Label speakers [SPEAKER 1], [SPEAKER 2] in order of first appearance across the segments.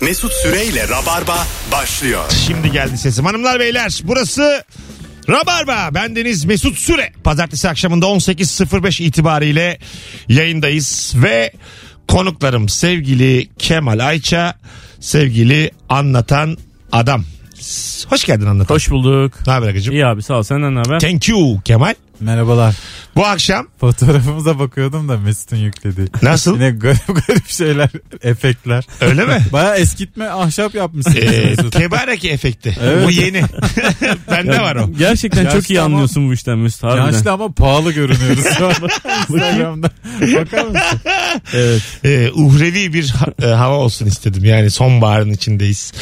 [SPEAKER 1] Mesut Süreyle Rabarba başlıyor.
[SPEAKER 2] Şimdi geldi sesim. Hanımlar beyler burası Rabarba. Bendeniz Mesut Süre. Pazartesi akşamında 18.05 itibariyle yayındayız ve konuklarım sevgili Kemal Ayça, sevgili anlatan adam. S- Hoş geldin anlatan.
[SPEAKER 3] Hoş bulduk.
[SPEAKER 2] Ne haber Akıcım?
[SPEAKER 3] İyi abi sağ ol. Senden ne haber?
[SPEAKER 2] Thank you Kemal.
[SPEAKER 4] Merhabalar.
[SPEAKER 2] Bu akşam
[SPEAKER 4] Fotoğrafımıza bakıyordum da Mesut'un yüklediği.
[SPEAKER 2] nasıl?
[SPEAKER 4] Yine garip garip şeyler, efektler.
[SPEAKER 2] Öyle mi?
[SPEAKER 4] Baya eskitme ahşap yapmışsın
[SPEAKER 2] Ee,
[SPEAKER 4] Mesut.
[SPEAKER 2] tebarek efekti.
[SPEAKER 4] Evet.
[SPEAKER 2] Bu yeni. Bende var o.
[SPEAKER 3] Gerçekten çok iyi
[SPEAKER 4] Yaşlı ama-
[SPEAKER 3] anlıyorsun bu işten Mesut harbiden.
[SPEAKER 4] Yaşlı ama pahalı görünüyoruz şu an. Instagram'da. Bakar mısın?
[SPEAKER 3] Evet.
[SPEAKER 2] e, uhrevi bir ha- e, hava olsun istedim. Yani sonbaharın içindeyiz.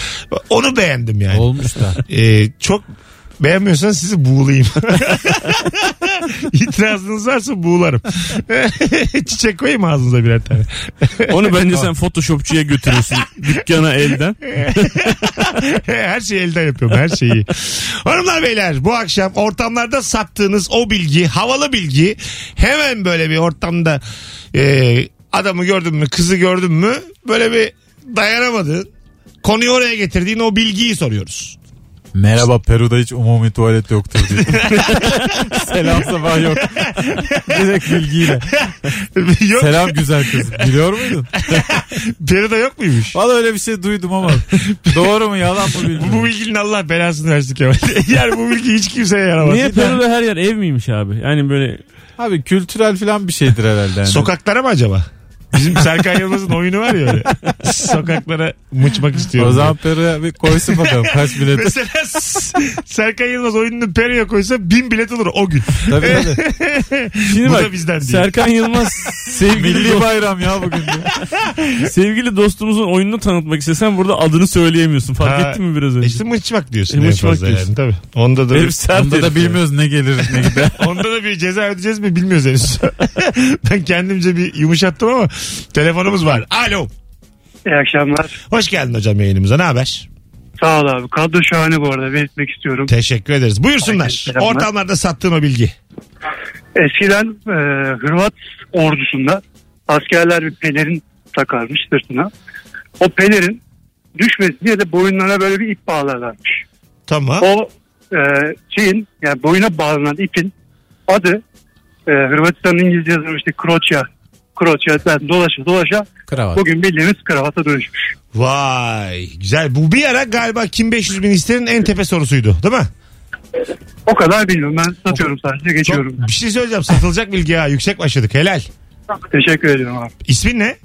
[SPEAKER 2] Onu beğendim yani.
[SPEAKER 4] Olmuş da.
[SPEAKER 2] E, çok beğenmiyorsan sizi buğulayım. İtirazınız varsa buğularım. Çiçek koyayım ağzınıza birer tane.
[SPEAKER 3] Onu bence sen photoshopçuya götürüyorsun. Dükkana elden.
[SPEAKER 2] Her şeyi elden yapıyorum her şeyi. Hanımlar beyler bu akşam ortamlarda sattığınız o bilgi havalı bilgi hemen böyle bir ortamda e, adamı gördün mü kızı gördün mü böyle bir dayanamadın konuyu oraya getirdiğin o bilgiyi soruyoruz.
[SPEAKER 4] Merhaba Peru'da hiç umumi tuvalet yoktur diye. Selam sabah yok. Direkt bilgiyle.
[SPEAKER 2] Yok
[SPEAKER 4] Selam güzel kız. Biliyor muydun?
[SPEAKER 2] Peru'da yok muymuş?
[SPEAKER 4] Valla öyle bir şey duydum ama. Doğru mu yalan mı
[SPEAKER 2] Bu, bu
[SPEAKER 4] bilmiyorum.
[SPEAKER 2] bilginin Allah belasını versin Kemal. yani bu bilgi hiç kimseye yaramaz.
[SPEAKER 3] Niye Peru'da her yer ev miymiş abi? Yani böyle
[SPEAKER 4] Abi kültürel falan bir şeydir herhalde. Yani.
[SPEAKER 2] Sokaklara mı acaba? Bizim Serkan Yılmaz'ın oyunu var ya öyle. Sokaklara mıçmak istiyorum.
[SPEAKER 4] O
[SPEAKER 2] diye.
[SPEAKER 4] zaman Peru'ya bir koysun bakalım kaç bilet.
[SPEAKER 2] Mesela S- Serkan Yılmaz oyununu Peru'ya koysa bin bilet olur o gün.
[SPEAKER 4] Tabii tabii.
[SPEAKER 3] Şimdi
[SPEAKER 2] Bu
[SPEAKER 3] bak
[SPEAKER 2] da bizden değil.
[SPEAKER 3] Serkan Yılmaz sevgili
[SPEAKER 4] Milli
[SPEAKER 3] do-
[SPEAKER 4] bayram ya bugün. diye.
[SPEAKER 3] sevgili dostumuzun oyununu tanıtmak istesen burada adını söyleyemiyorsun. Fark
[SPEAKER 2] Ha,
[SPEAKER 3] ettin mi biraz önce?
[SPEAKER 2] İşte mıçmak diyorsun.
[SPEAKER 3] E,
[SPEAKER 2] en
[SPEAKER 3] mıçmak
[SPEAKER 2] fazla
[SPEAKER 3] diyorsun.
[SPEAKER 2] Yani, tabii. Onda da,
[SPEAKER 3] Herif
[SPEAKER 2] bir,
[SPEAKER 3] sert
[SPEAKER 4] Onda da
[SPEAKER 3] herif.
[SPEAKER 4] bilmiyoruz ne gelir ne gider.
[SPEAKER 2] onda da bir ceza ödeyeceğiz mi bilmiyoruz henüz. ben kendimce bir yumuşattım ama telefonumuz var. Alo.
[SPEAKER 5] İyi akşamlar.
[SPEAKER 2] Hoş geldin hocam yayınımıza. Ne haber?
[SPEAKER 5] Sağ ol abi. Kadro şahane bu arada. Belirtmek istiyorum.
[SPEAKER 2] Teşekkür ederiz. Buyursunlar.
[SPEAKER 5] Aleyküm selamlar.
[SPEAKER 2] Ortamlarda sattığım o bilgi.
[SPEAKER 5] Eskiden e, Hırvat ordusunda askerler bir pelerin takarmış sırtına. O pelerin düşmesi diye de boyunlarına böyle bir ip bağlarlarmış.
[SPEAKER 2] Tamam.
[SPEAKER 5] O e, şeyin yani boyuna bağlanan ipin adı e, Hırvatistan'ın İngilizce yazılmış işte Kroçya. Kroçya ben dolaşa dolaşa
[SPEAKER 4] Kravat.
[SPEAKER 5] bugün bildiğimiz kravata dönüşmüş.
[SPEAKER 2] Vay. Güzel. Bu bir ara galiba kim 500 bin isterin en tepe sorusuydu. Değil mi?
[SPEAKER 5] O kadar bilmiyorum ben satıyorum sadece
[SPEAKER 2] Çok-
[SPEAKER 5] geçiyorum.
[SPEAKER 2] bir şey söyleyeceğim. Satılacak bilgi ha. Yüksek başladık. Helal.
[SPEAKER 5] Teşekkür ediyorum abi.
[SPEAKER 2] İsmin ne?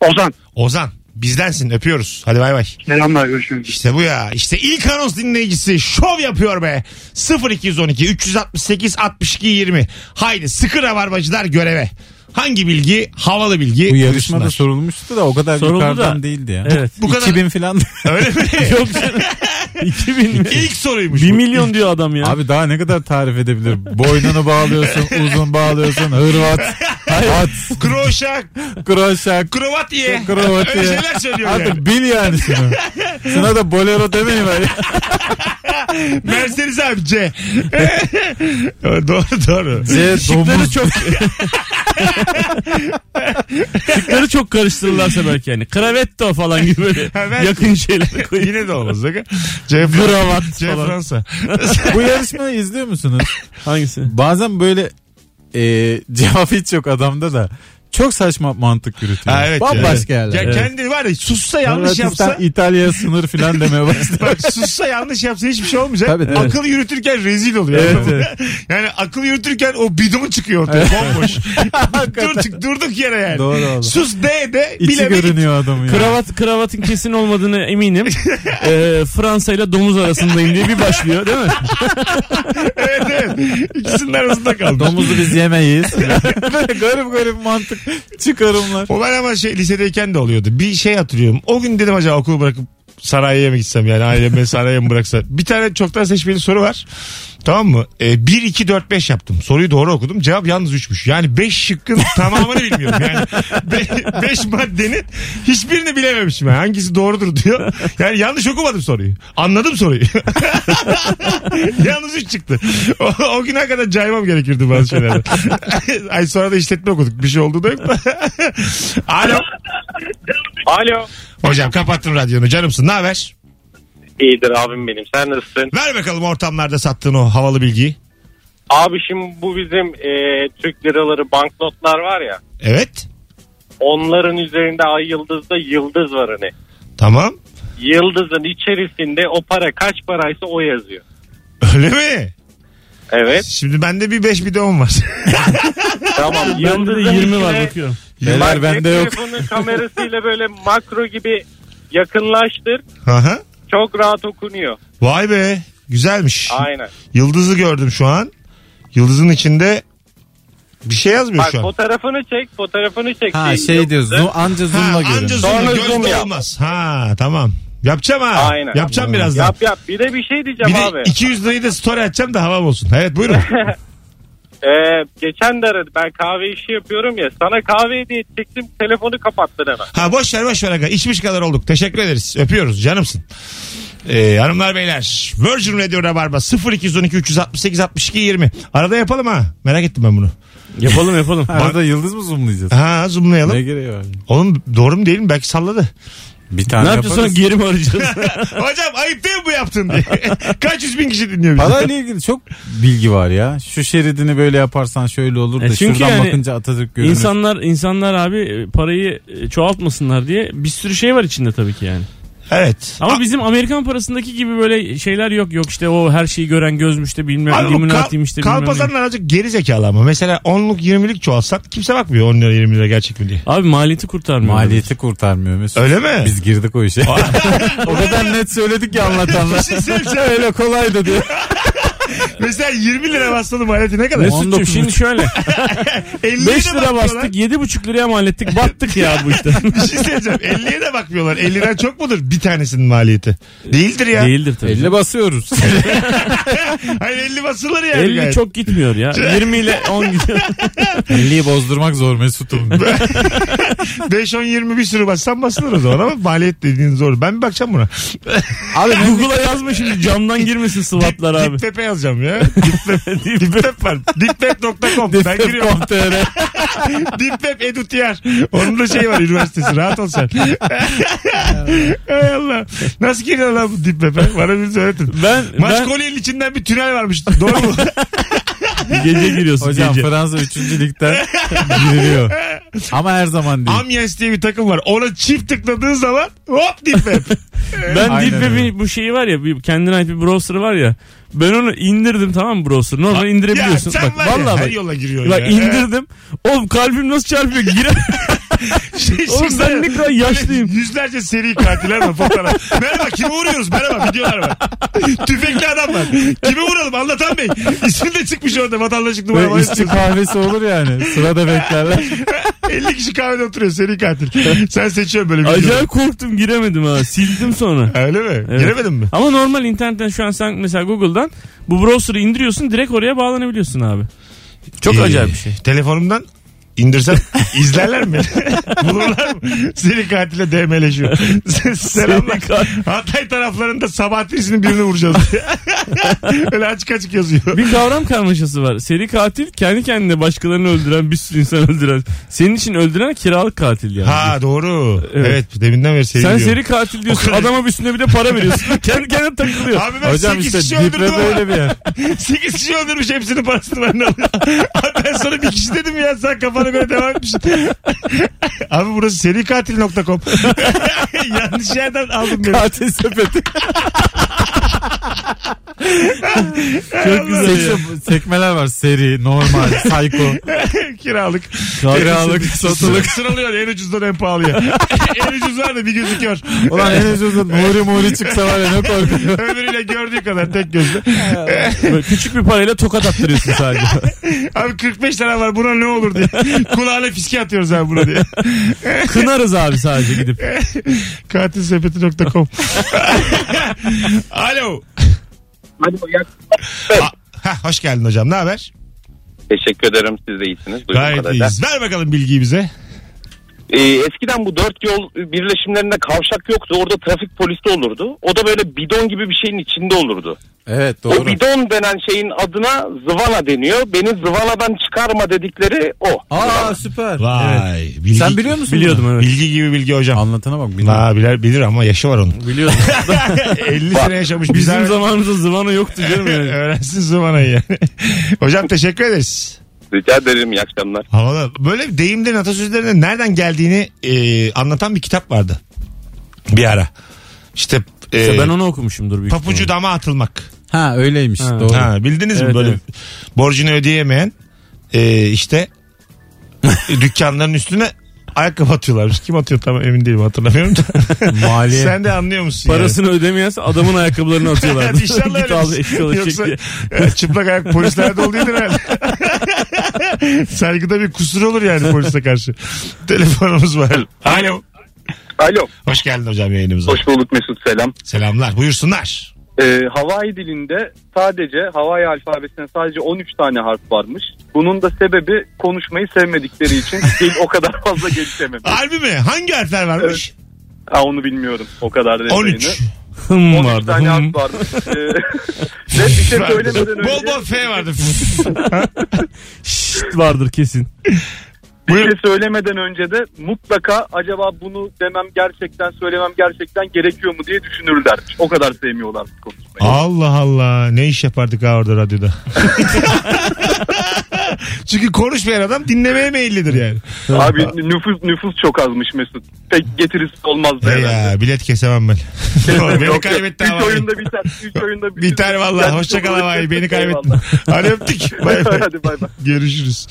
[SPEAKER 5] Ozan
[SPEAKER 2] Ozan. Bizdensin. Öpüyoruz. Hadi bay bay.
[SPEAKER 5] selamlar görüşürüz.
[SPEAKER 2] İşte bu ya. İşte ilk anons dinleyicisi şov yapıyor be. 0212 368 62 20. Haydi sıkı rabarbacılar göreve. Hangi bilgi? Havalı bilgi.
[SPEAKER 4] Bu yarışmada
[SPEAKER 2] Buyursunlar.
[SPEAKER 4] sorulmuştu da o kadar
[SPEAKER 3] Soruldu
[SPEAKER 4] yukarıdan
[SPEAKER 3] da.
[SPEAKER 4] değildi ya.
[SPEAKER 3] Evet.
[SPEAKER 2] Bu kadar-
[SPEAKER 4] 2000 falan.
[SPEAKER 2] Öyle mi?
[SPEAKER 3] Yok canım. 2000 mi?
[SPEAKER 2] ilk soruymuş.
[SPEAKER 3] 1
[SPEAKER 2] bu.
[SPEAKER 3] milyon diyor adam ya.
[SPEAKER 4] Abi daha ne kadar tarif edebilir? Boynunu bağlıyorsun, uzun bağlıyorsun, hırvat, at,
[SPEAKER 2] Kroşa,
[SPEAKER 4] kroşak.
[SPEAKER 2] kravat ye.
[SPEAKER 4] Kravat
[SPEAKER 2] Öyle
[SPEAKER 4] ye.
[SPEAKER 2] şeyler söylüyor yani.
[SPEAKER 4] Artık bil yani şunu. Şuna da bolero demeyin ben.
[SPEAKER 2] Mercedes abi C. doğru doğru.
[SPEAKER 4] C domuz.
[SPEAKER 3] çok Şıkları çok karıştırırlarsa belki yani. Kravetto falan gibi böyle
[SPEAKER 2] Ha, belki.
[SPEAKER 3] yakın şeyler koy.
[SPEAKER 2] Yine de olmaz. Bakın. C,
[SPEAKER 3] Kravat
[SPEAKER 2] C
[SPEAKER 3] falan.
[SPEAKER 2] Fransa.
[SPEAKER 4] Bu yarışmayı izliyor musunuz?
[SPEAKER 3] Hangisi?
[SPEAKER 4] Bazen böyle e, cevap hiç yok adamda da. Çok saçma mantık yürütüyor.
[SPEAKER 2] Ha, evet
[SPEAKER 4] Bambaşka
[SPEAKER 2] ya.
[SPEAKER 4] yerler.
[SPEAKER 2] Ya
[SPEAKER 4] Evet.
[SPEAKER 2] kendi var ya sussa yanlış
[SPEAKER 4] Hırvatistan
[SPEAKER 2] yapsa.
[SPEAKER 4] İtalya sınır filan demeye başladı.
[SPEAKER 2] Bak sussa yanlış yapsa hiçbir şey olmayacak.
[SPEAKER 4] Tabii, tabii.
[SPEAKER 2] Akıl yürütürken rezil oluyor.
[SPEAKER 4] Evet,
[SPEAKER 2] Anladın mı? Yani akıl yürütürken o bidon çıkıyor ortaya bomboş. Durduk, durduk yere yani.
[SPEAKER 4] Doğru oğlum.
[SPEAKER 2] Sus de de
[SPEAKER 4] İçi
[SPEAKER 2] bile git.
[SPEAKER 4] görünüyor adamın ya.
[SPEAKER 3] Kravat kravatın kesin olmadığını eminim. Ee, Fransa ile domuz arasındayım diye bir başlıyor değil mi?
[SPEAKER 2] Evet evet. İkisinin arasında kalmış.
[SPEAKER 4] Domuzu biz yemeyiz. Böyle garip garip mantık çıkarımlar.
[SPEAKER 2] O ben ama şey lisedeyken de oluyordu. Bir şey hatırlıyorum. O gün dedim acaba okulu bırakıp saraya mı gitsem yani ailem beni saraya mı bıraksa. Bir tane çoktan seçmeli soru var. Tamam mı? E, 1, 2, 4, 5 yaptım. Soruyu doğru okudum. Cevap yalnız 3'müş. Yani 5 şıkkın tamamını bilmiyorum. Yani 5 maddenin hiçbirini bilememişim. Yani. Hangisi doğrudur diyor. Yani yanlış okumadım soruyu. Anladım soruyu. yalnız 3 çıktı. O, o güne kadar caymam gerekirdi bazı şeylerde. Ay sonra da işletme okuduk. Bir şey oldu da yok da. Alo.
[SPEAKER 6] Alo.
[SPEAKER 2] Hocam kapattım radyonu canımsın. Ne haber?
[SPEAKER 6] İyidir abim benim. Sen nasılsın?
[SPEAKER 2] Ver bakalım ortamlarda sattığın o havalı bilgiyi.
[SPEAKER 6] Abi şimdi bu bizim e, Türk liraları banknotlar var ya.
[SPEAKER 2] Evet.
[SPEAKER 6] Onların üzerinde ay yıldızda yıldız var hani.
[SPEAKER 2] Tamam.
[SPEAKER 6] Yıldızın içerisinde o para kaç paraysa o yazıyor.
[SPEAKER 2] Öyle mi?
[SPEAKER 6] Evet.
[SPEAKER 2] Şimdi bende bir 5 bir de 10 var.
[SPEAKER 6] Tamam.
[SPEAKER 3] Bende de
[SPEAKER 6] Yıldızın
[SPEAKER 3] 20 var
[SPEAKER 6] içine-
[SPEAKER 3] bakıyorum.
[SPEAKER 4] Neler
[SPEAKER 6] Bak,
[SPEAKER 4] bende
[SPEAKER 6] cep
[SPEAKER 4] yok.
[SPEAKER 6] telefonunun kamerasıyla böyle makro gibi yakınlaştır.
[SPEAKER 2] Aha.
[SPEAKER 6] Çok rahat okunuyor.
[SPEAKER 2] Vay be. Güzelmiş.
[SPEAKER 6] Aynen.
[SPEAKER 2] Yıldızı gördüm şu an. Yıldızın içinde bir şey yazmıyor
[SPEAKER 6] Bak
[SPEAKER 2] şu an.
[SPEAKER 6] fotoğrafını çek, fotoğrafını çek.
[SPEAKER 4] Ha
[SPEAKER 6] Yok.
[SPEAKER 4] şey diyor zoom, anca zoomla
[SPEAKER 2] anca
[SPEAKER 4] görün.
[SPEAKER 2] zoomla,
[SPEAKER 6] Sonra
[SPEAKER 2] gözle
[SPEAKER 6] zoom yap.
[SPEAKER 2] olmaz. Ha tamam. Yapacağım ha.
[SPEAKER 6] Aynen.
[SPEAKER 2] Yapacağım birazdan.
[SPEAKER 6] Yap yap. Bir de bir şey diyeceğim
[SPEAKER 2] bir de
[SPEAKER 6] abi.
[SPEAKER 2] 200 lirayı da story atacağım da havam olsun. Evet buyurun.
[SPEAKER 6] Ee, geçen de aradı. Ben kahve işi yapıyorum ya. Sana kahve hediye çektim. Telefonu kapattın hemen.
[SPEAKER 2] Ha boş ver boş ver aga. İçmiş kadar olduk. Teşekkür ederiz. Öpüyoruz canımsın. Ee, hanımlar beyler Virgin Radio Rabarba 0212 368 62 20 Arada yapalım ha merak ettim ben bunu
[SPEAKER 3] Yapalım yapalım.
[SPEAKER 4] Arada yıldız mı zoomlayacağız?
[SPEAKER 2] Ha
[SPEAKER 4] ne
[SPEAKER 2] zoomlayalım
[SPEAKER 4] gereği var?
[SPEAKER 2] Oğlum doğru mu değil mi belki salladı
[SPEAKER 4] Bir
[SPEAKER 3] ne
[SPEAKER 4] tane
[SPEAKER 3] yapacağız sonra
[SPEAKER 4] yaparız.
[SPEAKER 3] geri mi arayacağız?
[SPEAKER 2] Hocam ayıp değil mi bu yaptın diye Kaç yüz bin kişi dinliyor bizi
[SPEAKER 4] Parayla ilgili çok bilgi var ya. Şu şeridini böyle yaparsan şöyle olur da
[SPEAKER 3] E çünkü
[SPEAKER 4] şuradan
[SPEAKER 3] yani
[SPEAKER 4] bakınca Atatürk görünür.
[SPEAKER 3] insanlar insanlar abi e, parayı e, çoğaltmasınlar diye bir sürü şey var içinde tabii ki yani.
[SPEAKER 2] Evet
[SPEAKER 3] Ama
[SPEAKER 2] A-
[SPEAKER 3] bizim Amerikan parasındaki gibi böyle şeyler yok. Yok işte o her şeyi gören gözmüş de bilmem
[SPEAKER 2] Abi bu kal,
[SPEAKER 3] Illuminati'ymiş de bilmem.
[SPEAKER 2] kal
[SPEAKER 3] ne.
[SPEAKER 2] pazarlar azıcık geri zekalı ama. Mesela 10'luk 20'lik çoğalsan kimse bakmıyor 10 lira 20 lira gerçek mi diye.
[SPEAKER 3] Abi maliyeti kurtarmıyor.
[SPEAKER 4] Maliyeti kurtarmıyor Mesut.
[SPEAKER 2] Öyle mi?
[SPEAKER 4] Biz girdik o işe. o kadar net söyledik ki anlatanlar.
[SPEAKER 2] Bir şey söyleyeceğim.
[SPEAKER 4] öyle kolaydı diyor.
[SPEAKER 2] Mesela 20 lira basmanın maliyeti ne kadar?
[SPEAKER 3] Mesut'cum
[SPEAKER 4] 19
[SPEAKER 3] şimdi şöyle
[SPEAKER 2] 50
[SPEAKER 3] 5 lira bastık 7,5 liraya mal ettik battık ya bu işte.
[SPEAKER 2] Bir şey söyleyeceğim. 50'ye de bakmıyorlar. 50'den çok mudur bir tanesinin maliyeti? Değildir ya.
[SPEAKER 3] Değildir tabii. 50,
[SPEAKER 4] 50 basıyoruz.
[SPEAKER 2] Hayır 50 basılır yani. gayet.
[SPEAKER 3] çok gitmiyor ya. 20 ile 10 gidiyor.
[SPEAKER 4] 50'yi bozdurmak zor Mesut'um.
[SPEAKER 2] 5, 10, 20 bir sürü bassan basılır o zaman ama maliyet dediğin zor. Ben bir bakacağım buna.
[SPEAKER 3] Abi Google'a yazma şimdi camdan girmesin sıvatlar abi.
[SPEAKER 2] Dip tepe yazacağım ya. Dip web- Dip web var. Dipweb.com. Ben giriyorum. Dipweb edutiyar. Onun da şey var üniversitesi. Rahat ol sen. Hay Allah. Nasıl giriyor lan bu dipweb'e? Bana bir söyletin.
[SPEAKER 3] Ben, ben
[SPEAKER 2] Maşkoliye'nin içinden bir tünel varmış. Doğru mu?
[SPEAKER 3] gece giriyorsun
[SPEAKER 4] Hocam
[SPEAKER 3] gece.
[SPEAKER 4] Fransa 3. ligden giriyor. Ama her zaman değil.
[SPEAKER 2] Amiens diye bir takım var. Ona çift tıkladığın zaman hop dipweb.
[SPEAKER 3] Ben
[SPEAKER 4] Aynen
[SPEAKER 3] Deep Web'in
[SPEAKER 4] öyle.
[SPEAKER 3] bu şeyi var ya bir kendine ait bir browser var ya. Ben onu indirdim tamam mı browser? Normal
[SPEAKER 2] ya
[SPEAKER 3] indirebiliyorsun.
[SPEAKER 2] sen
[SPEAKER 3] bak
[SPEAKER 2] var ya
[SPEAKER 3] vallahi
[SPEAKER 2] her
[SPEAKER 3] bak.
[SPEAKER 2] yola giriyorsun ya.
[SPEAKER 3] Bak indirdim. Oğlum kalbim nasıl çarpıyor? Gire.
[SPEAKER 2] Şey,
[SPEAKER 3] Oğlum
[SPEAKER 2] çıksana.
[SPEAKER 3] ben ne kadar yaşlıyım.
[SPEAKER 2] Yüzlerce seri katiller var fotoğraf. Merhaba kime vuruyoruz? Merhaba videolar var. Tüfekli adam var. Kime vuralım? Anlatan Bey. İsim de çıkmış orada vatandaşlık numara.
[SPEAKER 4] Böyle işçi kahvesi olur yani. Sırada beklerler.
[SPEAKER 2] 50 kişi kahvede oturuyor seri katil. Sen seçiyorsun böyle videoları.
[SPEAKER 3] Acayip korktum giremedim ha. Sildim sonra.
[SPEAKER 2] Öyle mi?
[SPEAKER 3] Evet.
[SPEAKER 2] Giremedin mi?
[SPEAKER 3] Ama normal internetten şu an sen mesela Google'dan bu browser'ı indiriyorsun direkt oraya bağlanabiliyorsun abi. Çok
[SPEAKER 2] Ee,
[SPEAKER 3] acayip bir şey.
[SPEAKER 2] Telefonumdan indirsem izlerler mi? Bulurlar mı? Seri katile DM'leşiyor. Selamlar. Hatay taraflarında Sabahattin'sinin birini vuracağız. Öyle açık açık yazıyor.
[SPEAKER 3] Bir kavram karmaşası var. Seri katil kendi kendine başkalarını öldüren bir sürü insan öldüren. Senin için öldüren kiralık katil yani.
[SPEAKER 2] Ha doğru. Evet,
[SPEAKER 3] Evet.
[SPEAKER 2] deminden beri seri
[SPEAKER 3] Sen
[SPEAKER 2] diyorum.
[SPEAKER 3] seri katil diyorsun. Adama üstüne bir de para veriyorsun. kendi kendine takılıyor.
[SPEAKER 2] Abi ben
[SPEAKER 4] Hocam
[SPEAKER 2] 8
[SPEAKER 4] işte
[SPEAKER 2] kişi
[SPEAKER 4] dip
[SPEAKER 2] öldürdüm
[SPEAKER 4] web
[SPEAKER 2] ama.
[SPEAKER 4] öyle bir yer.
[SPEAKER 2] 8 kişi öldürmüş hepsinin parasını ben de alıyorum. Abi ben sana bir kişi dedim ya sen kafana göre devam etmişsin. Abi burası serikatil.com. Yanlış yerden aldım beni.
[SPEAKER 4] Katil sepeti. Çok güzel. Sekse- Sekmeler var. Seri, normal, psycho.
[SPEAKER 2] Kiralık.
[SPEAKER 4] Kiralık, satılık.
[SPEAKER 2] Sıralıyor en ucuzdan en pahalıya. en ucuzlar da bir gözüküyor.
[SPEAKER 4] Ulan en ucuzu Nuri Muri çıksa var ya ne korkuyor.
[SPEAKER 2] Öbürüyle gördüğü kadar tek gözle.
[SPEAKER 3] Böyle küçük bir parayla tokat attırıyorsun sadece.
[SPEAKER 2] Abi 45 tane var buna ne olur diye. Kulağına fiske atıyoruz abi buna diye.
[SPEAKER 3] Kınarız abi sadece gidip.
[SPEAKER 2] Katilsepeti.com Alo. Ha, heh, hoş geldin hocam. Ne haber?
[SPEAKER 6] Teşekkür ederim. Siz de iyisiniz. Duydum
[SPEAKER 2] Gayet
[SPEAKER 6] kadarıyla.
[SPEAKER 2] iyiyiz. Ver bakalım bilgiyi bize.
[SPEAKER 7] Ee, eskiden bu dört yol birleşimlerinde kavşak yoktu. Orada trafik polisi olurdu. O da böyle bidon gibi bir şeyin içinde olurdu.
[SPEAKER 4] Evet
[SPEAKER 7] O
[SPEAKER 4] doğru.
[SPEAKER 7] bidon denen şeyin adına zıvana deniyor. Beni zıvanadan çıkarma dedikleri o.
[SPEAKER 4] Aa süper.
[SPEAKER 2] Vay. Bilgi,
[SPEAKER 4] Sen biliyor musun?
[SPEAKER 3] Biliyordum evet.
[SPEAKER 2] Bilgi gibi bilgi
[SPEAKER 4] bunu?
[SPEAKER 2] hocam.
[SPEAKER 4] Anlatana bak. bilmiyorum.
[SPEAKER 2] Ha, bilir, bilir ama yaşı var onun.
[SPEAKER 3] Biliyordum.
[SPEAKER 2] 50 sene yaşamış.
[SPEAKER 3] Bizim
[SPEAKER 2] Bizim zaman.
[SPEAKER 3] zamanımızda zıvana yoktu canım
[SPEAKER 2] Ee,
[SPEAKER 3] yani.
[SPEAKER 2] Öğrensin zamanayı yani. hocam teşekkür ederiz.
[SPEAKER 7] Rica ederim iyi akşamlar.
[SPEAKER 2] Havalı. Böyle deyimlerin atasözlerinin nereden geldiğini e, anlatan bir kitap vardı. Bir ara. İşte, e,
[SPEAKER 3] İşte ben onu okumuşumdur büyük
[SPEAKER 2] papucu
[SPEAKER 3] ihtimalle.
[SPEAKER 2] dama atılmak.
[SPEAKER 4] Ha öyleymiş.
[SPEAKER 3] Ha.
[SPEAKER 4] Doğru.
[SPEAKER 2] Ha, bildiniz mi
[SPEAKER 3] Evet,
[SPEAKER 2] böyle
[SPEAKER 3] evet.
[SPEAKER 2] borcunu ödeyemeyen e, işte dükkanların üstüne ayakkabı atıyorlarmış. Kim atıyor tam emin değilim hatırlamıyorum da.
[SPEAKER 4] Maliye.
[SPEAKER 2] Sen de anlıyor musun?
[SPEAKER 3] Parasını ödemeyense adamın ayakkabılarını
[SPEAKER 2] yani?
[SPEAKER 3] atıyorlardı.
[SPEAKER 2] İnşallah
[SPEAKER 3] Git al
[SPEAKER 2] öyle. bir
[SPEAKER 3] eşit
[SPEAKER 2] şey.
[SPEAKER 3] olacak
[SPEAKER 2] Yoksa
[SPEAKER 3] diye.
[SPEAKER 2] e, çıplak ayak polislerde oluyordur herhalde. Saygıda bir kusur olur yani polise karşı. Telefonumuz var. Alo.
[SPEAKER 7] Alo
[SPEAKER 2] Hoş geldin hocam yayınımıza.
[SPEAKER 7] hoş bulduk Mesut selam.
[SPEAKER 2] Selamlar. Buyursunlar.
[SPEAKER 7] Ee, Havai dilinde sadece Havai alfabesinde sadece 13 tane harf varmış. Bunun da sebebi konuşmayı sevmedikleri için dil o kadar fazla gelişememiş.
[SPEAKER 2] Harbi mi? Hangi harfler varmış?
[SPEAKER 7] Ha, onu bilmiyorum o kadar detayını.
[SPEAKER 2] 13.
[SPEAKER 3] Hım
[SPEAKER 7] 13
[SPEAKER 3] vardı.
[SPEAKER 7] tane
[SPEAKER 3] Hım.
[SPEAKER 7] harf varmış. Ee, Ve bir şey söylemeden
[SPEAKER 2] Hmm. Bol
[SPEAKER 7] önce
[SPEAKER 2] bol F vardı.
[SPEAKER 3] Şşt vardır kesin.
[SPEAKER 7] bir
[SPEAKER 2] Buyurun.
[SPEAKER 7] şey söylemeden önce de mutlaka acaba bunu demem gerçekten söylemem gerçekten gerekiyor mu diye düşünürler. O kadar sevmiyorlar konuşmayı.
[SPEAKER 2] Allah Allah. Ne iş yapardık ha orada radyoda. Çünkü konuşmayan adam dinlemeye meyillidir yani.
[SPEAKER 7] Abi nüfus nüfus çok azmış Mesut. Pek getirisi olmaz da
[SPEAKER 2] Hey
[SPEAKER 7] herhalde.
[SPEAKER 2] ya bilet kesemem ben. Beni
[SPEAKER 7] Yok,
[SPEAKER 2] kaybetti
[SPEAKER 7] üç
[SPEAKER 2] havayı.
[SPEAKER 7] oyunda biter. Üç oyunda biter.
[SPEAKER 2] Biter valla.
[SPEAKER 7] Kendisi
[SPEAKER 2] Hoşçakal
[SPEAKER 7] olur.
[SPEAKER 2] havayı. Beni kaybettin.
[SPEAKER 7] Eyvallah.
[SPEAKER 2] Hadi öptük. Bay bay.
[SPEAKER 7] Hadi bay bay.
[SPEAKER 2] Görüşürüz.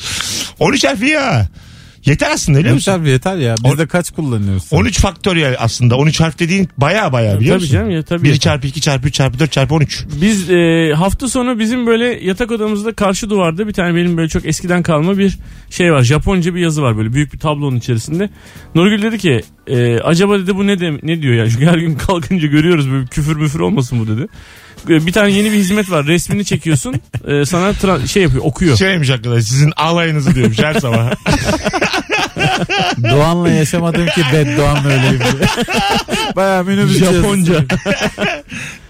[SPEAKER 2] 13 harfi ya. Yeter aslında biliyor musun?
[SPEAKER 4] Yeter yeter ya. Biz de kaç kullanıyoruz?
[SPEAKER 2] 13 faktöriyel aslında. 13 harf dediğin baya baya biliyor
[SPEAKER 3] Tabii
[SPEAKER 2] musun?
[SPEAKER 3] canım ya tabii.
[SPEAKER 2] 1 çarpı 2 çarpı 3 çarpı 4 çarpı 13.
[SPEAKER 3] Biz e, hafta sonu bizim böyle yatak odamızda karşı duvarda bir tane benim böyle çok eskiden kalma bir şey var. Japonca bir yazı var böyle büyük bir tablonun içerisinde. Nurgül dedi ki e, acaba dedi bu ne de, ne diyor ya çünkü her gün kalkınca görüyoruz böyle küfür müfür olmasın bu dedi. E, bir tane yeni bir hizmet var resmini çekiyorsun e, sana tra- şey yapıyor okuyor.
[SPEAKER 2] Şeymiş arkadaş sizin alayınızı diyormuş her sabah.
[SPEAKER 4] Doğan'la yaşamadım ki Beddoğan'la öyleyim diye. Baya minibüs yazısı.
[SPEAKER 3] Japonca.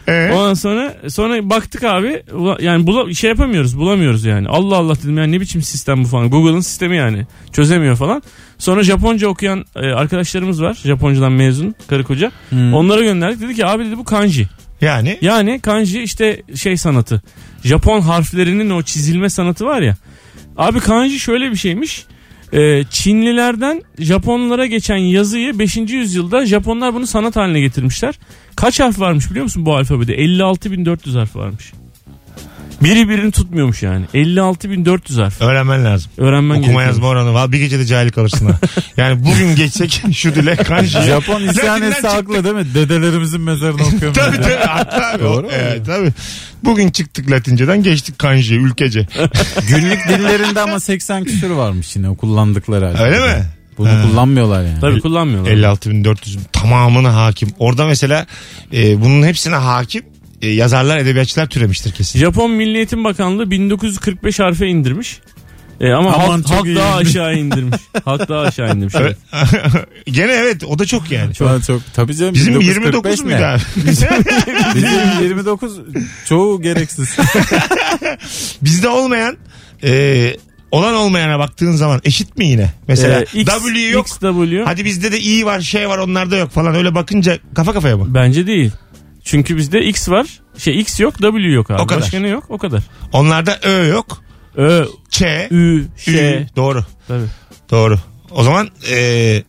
[SPEAKER 2] Ee?
[SPEAKER 3] Ondan sonra sonra baktık abi ula- yani bula, şey yapamıyoruz bulamıyoruz yani. Allah Allah dedim yani ne biçim sistem bu falan. Google'ın sistemi yani çözemiyor falan. Sonra Japonca okuyan e, arkadaşlarımız var. Japoncadan mezun karı koca. Onlara gönderdik. Dedi ki abi dedi bu kanji.
[SPEAKER 2] Yani
[SPEAKER 3] Yani kanji işte şey sanatı. Japon harflerinin o çizilme sanatı var ya. Abi kanji şöyle bir şeymiş. Ee, Çinlilerden Japonlara geçen yazıyı 5. yüzyılda Japonlar bunu sanat haline getirmişler. Kaç harf varmış biliyor musun bu alfabede? 56.400 harf varmış. Biri birini tutmuyormuş yani. 56.400 harf.
[SPEAKER 2] öğrenmen lazım.
[SPEAKER 3] Öğrenmen
[SPEAKER 2] Okuma
[SPEAKER 3] gerekiyor.
[SPEAKER 2] yazma oranı. Vallahi bir gecede cahil kalırsın ha. Yani bugün geçsek şu dile kanji.
[SPEAKER 4] Japon isyan
[SPEAKER 2] Latinler
[SPEAKER 4] etse haklı değil mi? Dedelerimizin mezarını okuyorum.
[SPEAKER 2] Tabii tabii. Haklı abi.
[SPEAKER 4] Doğru mu?
[SPEAKER 2] Ee, tabii. Bugün çıktık Latinceden geçtik kanjiye ülkece.
[SPEAKER 4] Günlük dillerinde ama 80 küsür varmış yine o kullandıkları halde.
[SPEAKER 2] Öyle mi?
[SPEAKER 4] Bunu kullanmıyorlar yani.
[SPEAKER 3] Tabii kullanmıyorlar.
[SPEAKER 2] 56.400 tamamına hakim. Orada mesela e, bunun hepsine hakim e, yazarlar, edebiyatçılar türemiştir kesin.
[SPEAKER 3] Japon Milli Eğitim Bakanlığı 1945 harfe indirmiş. Ee, ama
[SPEAKER 4] Aman
[SPEAKER 3] halk,
[SPEAKER 4] çok
[SPEAKER 3] halk
[SPEAKER 4] iyi.
[SPEAKER 3] daha aşağı indirmiş. halk daha aşağı indirmiş. Evet.
[SPEAKER 2] Gene evet o da çok yani.
[SPEAKER 4] Şu an çok. Tabii canım.
[SPEAKER 2] Bizim
[SPEAKER 4] 1945
[SPEAKER 2] 29 muydu
[SPEAKER 4] ne?
[SPEAKER 2] abi?
[SPEAKER 4] Bizim 29 çoğu gereksiz.
[SPEAKER 2] Bizde olmayan e, olan olmayana baktığın zaman eşit mi yine? Mesela
[SPEAKER 3] Ee, X-
[SPEAKER 2] W yok.
[SPEAKER 3] XW.
[SPEAKER 2] Hadi bizde de I var şey var onlarda yok falan öyle bakınca kafa kafaya mı?
[SPEAKER 3] Bence değil. Çünkü bizde X var. Şey X yok W yok abi.
[SPEAKER 2] O kadar.
[SPEAKER 3] Başka ne yok o kadar.
[SPEAKER 2] Onlarda Ö yok.
[SPEAKER 3] Ö,
[SPEAKER 2] Ç, Ü.
[SPEAKER 3] Ü, Ş.
[SPEAKER 2] Şey, Doğru.
[SPEAKER 3] Ee, Tabii.
[SPEAKER 2] Doğru. O zaman e,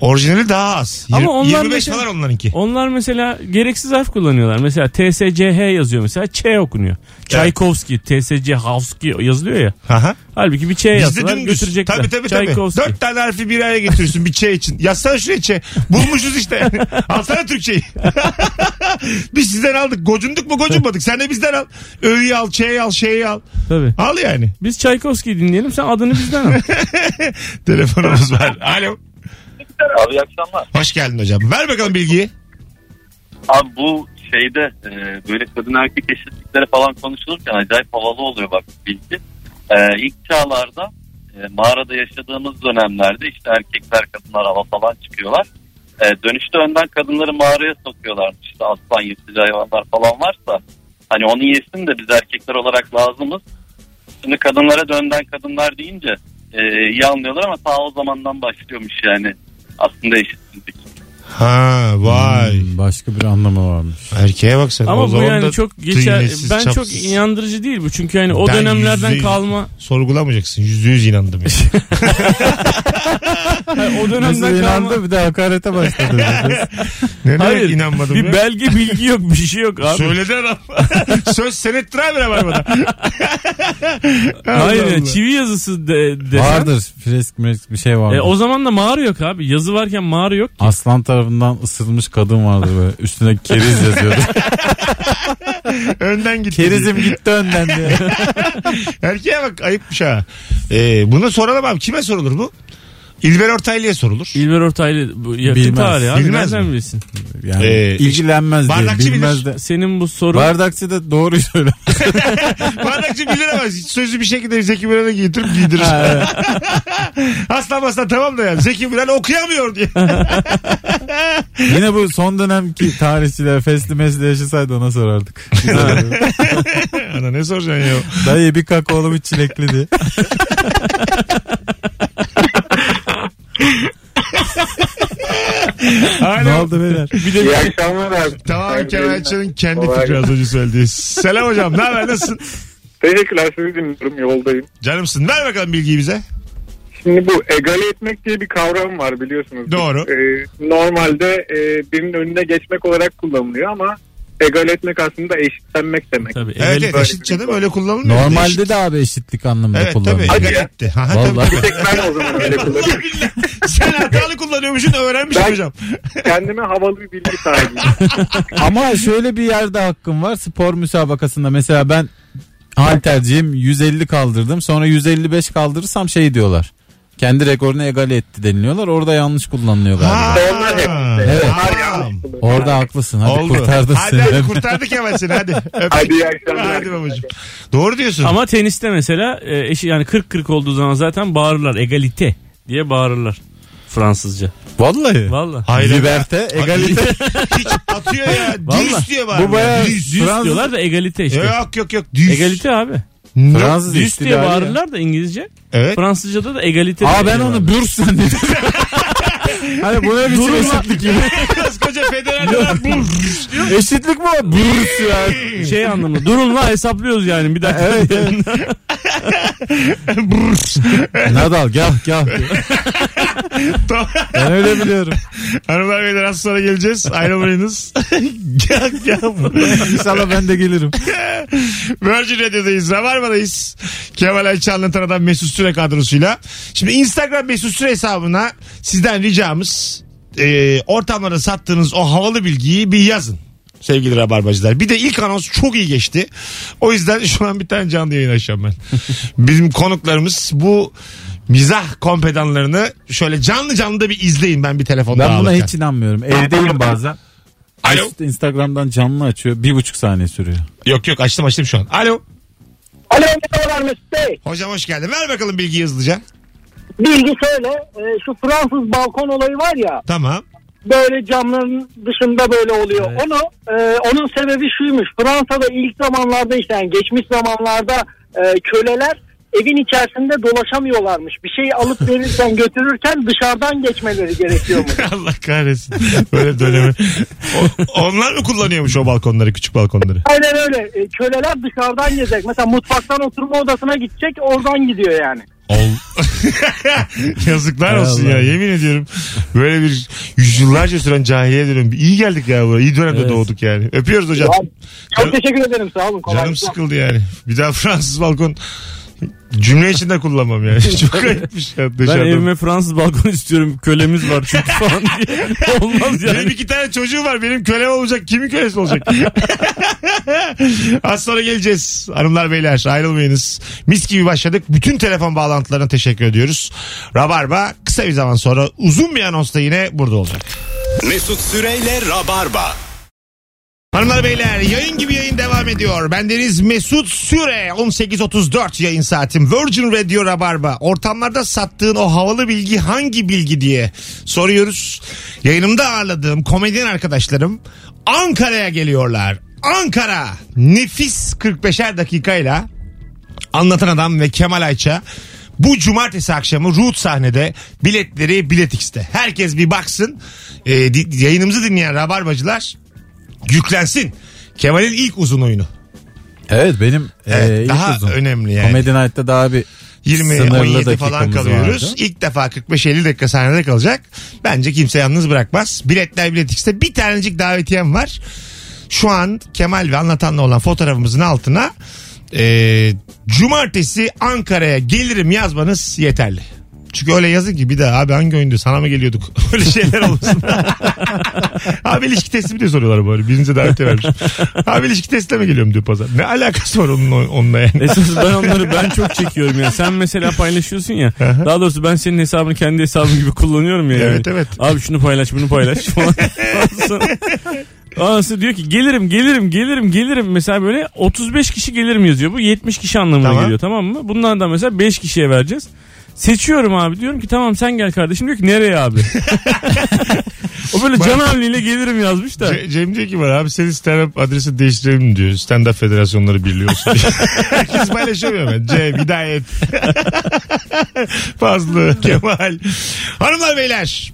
[SPEAKER 2] orijinali daha az.
[SPEAKER 3] Ama
[SPEAKER 2] Yir-
[SPEAKER 3] onlar
[SPEAKER 2] 25
[SPEAKER 3] mesela-
[SPEAKER 2] falan onlarınki.
[SPEAKER 3] Onlar mesela gereksiz harf kullanıyorlar. Mesela TSCH yazıyor mesela Ç okunuyor. Çaykovski, TSCHavski yazılıyor ya.
[SPEAKER 2] Aha.
[SPEAKER 3] Halbuki bir Ç
[SPEAKER 2] Bizde
[SPEAKER 3] yazsalar
[SPEAKER 2] dümdüz.
[SPEAKER 3] götürecekler.
[SPEAKER 2] Tabii tabii tabii.
[SPEAKER 3] Çaykovski.
[SPEAKER 2] Dört tane harfi bir araya getiriyorsun bir çay için. Yazsana şuraya çay. Bulmuşuz işte yani. Alsana Türkçeyi. Biz sizden aldık. Gocunduk mu gocunmadık. Sen de bizden al. Ö'yü al, çeyi al, şeyi al.
[SPEAKER 3] Tabii.
[SPEAKER 2] Al yani.
[SPEAKER 3] Biz Çaykovski'yi dinleyelim sen adını bizden al.
[SPEAKER 2] Telefonumuz var. Alo.
[SPEAKER 7] Abi iyi akşamlar.
[SPEAKER 2] Hoş geldin hocam. Ver bakalım bilgiyi.
[SPEAKER 8] Abi bu şeyde e, böyle kadın erkek eşitlikleri falan konuşulurken acayip havalı oluyor bak bilgi. E, ilk çağlarda e, mağarada yaşadığımız dönemlerde işte erkekler kadınlar hava falan çıkıyorlar. E, dönüşte önden kadınları mağaraya sokuyorlar. İşte aslan yırtıcı hayvanlar falan varsa hani onu yesin de biz erkekler olarak lazımız. Şimdi kadınlara dönden kadınlar deyince e, iyi anlıyorlar ama ta o zamandan başlıyormuş yani aslında eşitsizlik.
[SPEAKER 2] Ha vay.
[SPEAKER 4] Hmm, başka bir anlamı varmış.
[SPEAKER 2] Erkeğe bak sen.
[SPEAKER 3] Hmm. Ama
[SPEAKER 2] o
[SPEAKER 3] bu
[SPEAKER 2] zaman da
[SPEAKER 3] yani çok geçer.
[SPEAKER 2] tüylesiz,
[SPEAKER 3] Ben çok
[SPEAKER 2] çapsız.
[SPEAKER 3] inandırıcı değil bu. Çünkü hani o
[SPEAKER 2] Ben yüzde
[SPEAKER 3] dönemlerden
[SPEAKER 2] yüz-
[SPEAKER 3] kalma
[SPEAKER 2] Sorgulamayacaksın. Yüzde yüz inandım. yani.
[SPEAKER 3] o
[SPEAKER 4] Nasıl
[SPEAKER 3] dönemden kalma.
[SPEAKER 4] inandı bir de hakarete başladı.
[SPEAKER 2] ne
[SPEAKER 3] Hayır.
[SPEAKER 2] demek inanmadım
[SPEAKER 3] Bir
[SPEAKER 2] ya?
[SPEAKER 3] belge bilgi yok bir şey yok abi.
[SPEAKER 2] Söyledi adam. Söz senettir abi var bana.
[SPEAKER 3] Hayır
[SPEAKER 2] Allah
[SPEAKER 3] yani
[SPEAKER 2] Allah.
[SPEAKER 3] çivi yazısı de, desen,
[SPEAKER 4] Vardır fresk mresk bir şey vardır.
[SPEAKER 3] E, o zaman da mağara yok abi. Yazı varken mağara yok.
[SPEAKER 4] Aslan tarafından ısırılmış kadın vardı böyle. Üstüne keriz yazıyordu.
[SPEAKER 2] Önden gitti.
[SPEAKER 4] Kerizim gitti önden diye.
[SPEAKER 2] Erkeğe bak ayıpmış ha. Ee, bunu soralım abi. Kime sorulur bu? İlber Ortaylı'ya sorulur.
[SPEAKER 3] İlber Ortaylı bu yakın
[SPEAKER 4] Bilmez.
[SPEAKER 3] tarih abi.
[SPEAKER 2] Bilmez
[SPEAKER 3] Nereden
[SPEAKER 2] mi?
[SPEAKER 3] bilsin?
[SPEAKER 4] Yani
[SPEAKER 2] Ee,
[SPEAKER 4] ilgilenmez diye.
[SPEAKER 2] bardakçı bilir.
[SPEAKER 4] bilmez de.
[SPEAKER 3] Senin bu sorun
[SPEAKER 4] Bardakçı da doğru söylüyor.
[SPEAKER 2] Bardakçı bilir ama hiç sözü bir şekilde Zeki Müren'e giydirip giydirir. asla asla tamam da yani. Zeki Müren okuyamıyor diye.
[SPEAKER 4] Yine bu son dönemki tarihçiler fesli mesli yaşasaydı ona sorardık.
[SPEAKER 2] Ana ne soracaksın ya?
[SPEAKER 4] Dayı bir kakaolu bir çilekli diye. ne
[SPEAKER 2] Hala
[SPEAKER 4] oldu beyler?
[SPEAKER 2] bir de
[SPEAKER 9] İyi akşamlar abi.
[SPEAKER 2] Tamam
[SPEAKER 9] Hayırlı
[SPEAKER 2] Kemal
[SPEAKER 9] yayınlar.
[SPEAKER 2] Ayça'nın kendi
[SPEAKER 9] Kolay
[SPEAKER 2] fikri az
[SPEAKER 9] gelsin.
[SPEAKER 2] önce söylediği. Selam hocam ne haber nasılsın?
[SPEAKER 9] Teşekkürler sizi dinliyorum yoldayım.
[SPEAKER 2] Canımsın ver bakalım bilgiyi bize.
[SPEAKER 9] Şimdi bu egale etmek diye bir kavram var biliyorsunuz.
[SPEAKER 2] Doğru.
[SPEAKER 9] Ee, normalde e, birinin önüne geçmek olarak kullanılıyor ama egale etmek aslında eşitlenmek demek.
[SPEAKER 3] tabii.
[SPEAKER 2] Evet,
[SPEAKER 3] evvel-
[SPEAKER 2] evet eşit canım öyle kullanılmıyor. Eşit.
[SPEAKER 4] Normalde de abi eşitlik anlamında
[SPEAKER 2] Evet tabii.
[SPEAKER 4] kullanılıyor.
[SPEAKER 9] Hadi
[SPEAKER 2] Hadi
[SPEAKER 9] ya.
[SPEAKER 2] etti. Ha, ha, tabii.
[SPEAKER 4] Vallahi.
[SPEAKER 9] Bir tek ben o zaman öyle kullanıyorum.
[SPEAKER 2] Allah billah. Sen hatalı kullanıyormuşsun öğrenmişsin
[SPEAKER 9] Ben-
[SPEAKER 2] hocam.
[SPEAKER 9] Kendime havalı bir bilgi sahibiyim.
[SPEAKER 4] Ama şöyle bir yerde hakkım var. Spor müsabakasında mesela ben halterciyim 150 kaldırdım. Sonra 155 kaldırırsam şey diyorlar. Kendi rekorunu egale etti deniliyorlar. Orada yanlış kullanılıyor galiba.
[SPEAKER 9] Onlar hep.
[SPEAKER 4] Evet.
[SPEAKER 9] Onlar
[SPEAKER 2] Tamam.
[SPEAKER 9] yanlış kullanıyor.
[SPEAKER 4] Orada haklısın. Hadi
[SPEAKER 2] Oldu.
[SPEAKER 4] kurtardın
[SPEAKER 2] hadi,
[SPEAKER 4] seni.
[SPEAKER 2] Hadi kurtardık hemen seni hadi. Öptük.
[SPEAKER 9] Hadi iyi akşamlar.
[SPEAKER 2] Hadi babacığım. Doğru diyorsun.
[SPEAKER 3] Ama teniste mesela e, eşi yani 40-40 olduğu zaman zaten bağırırlar. Egalite diye bağırırlar. Fransızca.
[SPEAKER 4] Vallahi.
[SPEAKER 3] Valla.
[SPEAKER 2] Hayır.
[SPEAKER 4] Liberte, egalite.
[SPEAKER 2] Hiç atıyor ya.
[SPEAKER 3] Vallahi.
[SPEAKER 2] Düz diyor bari.
[SPEAKER 4] Bu bayağı-
[SPEAKER 2] Düz.
[SPEAKER 3] Düz
[SPEAKER 4] Fransız-
[SPEAKER 3] diyorlar da egalite işte.
[SPEAKER 2] Yok yok yok. Düz.
[SPEAKER 3] Egalite abi.
[SPEAKER 2] Yok.
[SPEAKER 4] Fransız
[SPEAKER 3] Düz diye
[SPEAKER 4] istilali ya.
[SPEAKER 3] bağırırlar da İngilizce.
[SPEAKER 2] Evet.
[SPEAKER 3] Fransızca'da da egalite.
[SPEAKER 4] Aa
[SPEAKER 3] de
[SPEAKER 4] ben
[SPEAKER 3] diyorlar.
[SPEAKER 4] onu bürs zannediyorum. hani bu ne biçim eşitlik gibi.
[SPEAKER 2] Koskoca federal olarak bu.
[SPEAKER 4] eşitlik mi o? Bürs yani.
[SPEAKER 3] şey anlamında durumla hesaplıyoruz yani bir dakika.
[SPEAKER 4] Evet, evet. Nadal gel gel.
[SPEAKER 2] Tamam.
[SPEAKER 4] Ben öyle biliyorum.
[SPEAKER 2] Hanımlar beyler az sonra geleceğiz. Ayrılmayınız. gel gel.
[SPEAKER 4] İnşallah ben de gelirim.
[SPEAKER 2] Virgin Radio'dayız. Rabarba'dayız. Kemal Ayça anlatan adam Mesut Süre kadrosuyla. Şimdi Instagram Mesut Süre hesabına sizden ricamız e, ortamlara sattığınız o havalı bilgiyi bir yazın. Sevgili Rabarbacılar. Bir de ilk anons çok iyi geçti. O yüzden şu an bir tane canlı yayın açacağım ben. Bizim konuklarımız bu mizah kompedanlarını şöyle canlı canlı da bir izleyin ben bir telefonda
[SPEAKER 4] Ben buna
[SPEAKER 2] alırken.
[SPEAKER 4] hiç inanmıyorum. Evdeyim bazen.
[SPEAKER 2] Alo.
[SPEAKER 4] İşte Instagram'dan canlı açıyor. Bir buçuk saniye sürüyor.
[SPEAKER 2] Yok yok açtım açtım şu an. Alo.
[SPEAKER 10] Alo merhabalar Mesut Bey.
[SPEAKER 2] Hocam hoş geldin. Ver bakalım bilgiyi hızlıca.
[SPEAKER 10] Bilgi şöyle e, şu Fransız balkon olayı var ya
[SPEAKER 2] Tamam.
[SPEAKER 10] böyle camların dışında böyle oluyor. Onu e, onun sebebi şuymuş Fransa'da ilk zamanlarda işte yani geçmiş zamanlarda e, köleler evin içerisinde dolaşamıyorlarmış. Bir şeyi alıp verirken götürürken dışarıdan geçmeleri gerekiyormuş.
[SPEAKER 2] Allah kahretsin. Böyle dönemi. O- onlar mı kullanıyormuş o balkonları, küçük balkonları?
[SPEAKER 10] Aynen öyle. E, köleler dışarıdan gezecek. Mesela mutfaktan oturma odasına gidecek oradan gidiyor yani.
[SPEAKER 2] Ol. Yazıklar
[SPEAKER 4] Hay
[SPEAKER 2] olsun
[SPEAKER 4] Allah.
[SPEAKER 2] ya yemin ediyorum. Böyle bir yüzyıllarca süren cahiliye dönemi. İyi geldik ya buraya. İyi dönemde
[SPEAKER 3] Evet.
[SPEAKER 2] doğduk yani. Öpüyoruz hocam.
[SPEAKER 10] Ya,
[SPEAKER 2] Can-
[SPEAKER 10] Çok teşekkür ederim sağ olun. Kolay
[SPEAKER 2] Canım
[SPEAKER 10] gelsin.
[SPEAKER 2] sıkıldı yani. Bir daha Fransız balkon cümle içinde kullanmam yani. Çok ayıpmış ya
[SPEAKER 3] Ben
[SPEAKER 2] dışarıdan.
[SPEAKER 3] evime Fransız balkon istiyorum. Kölemiz var çünkü falan diye. Olmaz
[SPEAKER 2] Benim
[SPEAKER 3] yani.
[SPEAKER 2] iki tane çocuğum var. Benim kölem olacak. Kimin kölesi olacak? Az sonra geleceğiz. Hanımlar beyler ayrılmayınız. Mis gibi başladık. Bütün telefon bağlantılarına teşekkür ediyoruz. Rabarba kısa bir zaman sonra uzun bir anonsla yine burada olacak.
[SPEAKER 1] Mesut Süreyle Rabarba.
[SPEAKER 2] Hanımlar beyler yayın gibi yayın devam ediyor. Ben Deniz Mesut Süre 18.34 yayın saatim Virgin Radio Rabarba. Ortamlarda sattığın o havalı bilgi hangi bilgi diye soruyoruz. Yayınımda ağırladığım komedyen arkadaşlarım Ankara'ya geliyorlar. Ankara nefis 45'er dakikayla Anlatan Adam ve Kemal Ayça bu cumartesi akşamı Root sahnede biletleri Bilet X'te. Herkes bir baksın. Ee, di- yayınımızı dinleyen rabarbacılar yüklensin. Kemal'in ilk uzun oyunu.
[SPEAKER 4] Evet benim
[SPEAKER 2] Evet,
[SPEAKER 4] e, ilk
[SPEAKER 2] daha
[SPEAKER 4] uzun.
[SPEAKER 2] önemli yani.
[SPEAKER 4] Comedy Night'ta daha bir
[SPEAKER 2] 20
[SPEAKER 4] sınırlı
[SPEAKER 2] 17 falan
[SPEAKER 4] dakikamız
[SPEAKER 2] kalıyoruz.
[SPEAKER 4] vardı.
[SPEAKER 2] İlk defa 45-50 dakika sahnede kalacak. Bence kimse yalnız bırakmaz. Biletler Bilet X'te bir tanecik davetiyem var. Şu an Kemal ve anlatanla olan fotoğrafımızın altına e, cumartesi Ankara'ya gelirim yazmanız yeterli. Çünkü öyle yazın ki bir daha abi hangi oyundu sana mı geliyorduk? Öyle şeyler olmasın. abi ilişki testi mi diye soruyorlar böyle. Birinize davetiye vermiş. Abi ilişki testine mi geliyorum diyor pazar. Ne alakası var onun, onunla yani?
[SPEAKER 3] Esas ben onları ben çok çekiyorum ya. Sen mesela paylaşıyorsun ya. Daha doğrusu ben senin hesabını kendi hesabım gibi kullanıyorum ya. yani.
[SPEAKER 2] Evet, evet.
[SPEAKER 3] Abi şunu paylaş bunu paylaş falan. Sonra- Ondan sonra diyor ki gelirim gelirim gelirim gelirim mesela böyle 35 kişi gelirim yazıyor bu 70 kişi anlamına
[SPEAKER 2] Tamam.
[SPEAKER 3] geliyor tamam mı? Bunlardan mesela 5 kişiye vereceğiz. Seçiyorum abi diyorum ki tamam sen gel kardeşim diyor ki nereye abi? o böyle can havliyle gelirim yazmış da.
[SPEAKER 2] Ce- Cem diyor ki bana abi senin stand-up adresi değiştirelim diyor. Stand-up federasyonları birliği olsun diyor. Herkes paylaşamıyor ben. Cem, Hidayet. Fazlı, Kemal. Hanımlar beyler.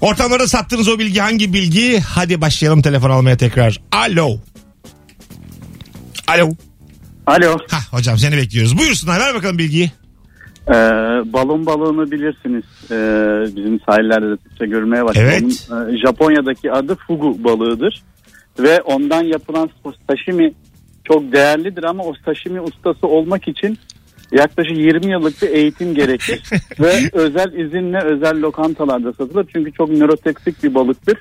[SPEAKER 2] Ortamlarda sattığınız o bilgi hangi bilgi? Hadi başlayalım telefon almaya tekrar. Alo. Alo.
[SPEAKER 11] Alo.
[SPEAKER 2] Hah hocam seni bekliyoruz. Buyursunlar ver bakalım bilgiyi.
[SPEAKER 11] Ee, balon balığını bilirsiniz. Ee, bizim sahillerde de sıkça görmeye başladı.
[SPEAKER 2] Evet.
[SPEAKER 11] Onun, e, Japonya'daki adı fugu balığıdır. Ve ondan yapılan o sashimi çok değerlidir ama o sashimi ustası olmak için yaklaşık 20 yıllık bir eğitim gerekir. Ve özel izinle özel lokantalarda satılır. Çünkü çok nörotoksik bir balıktır.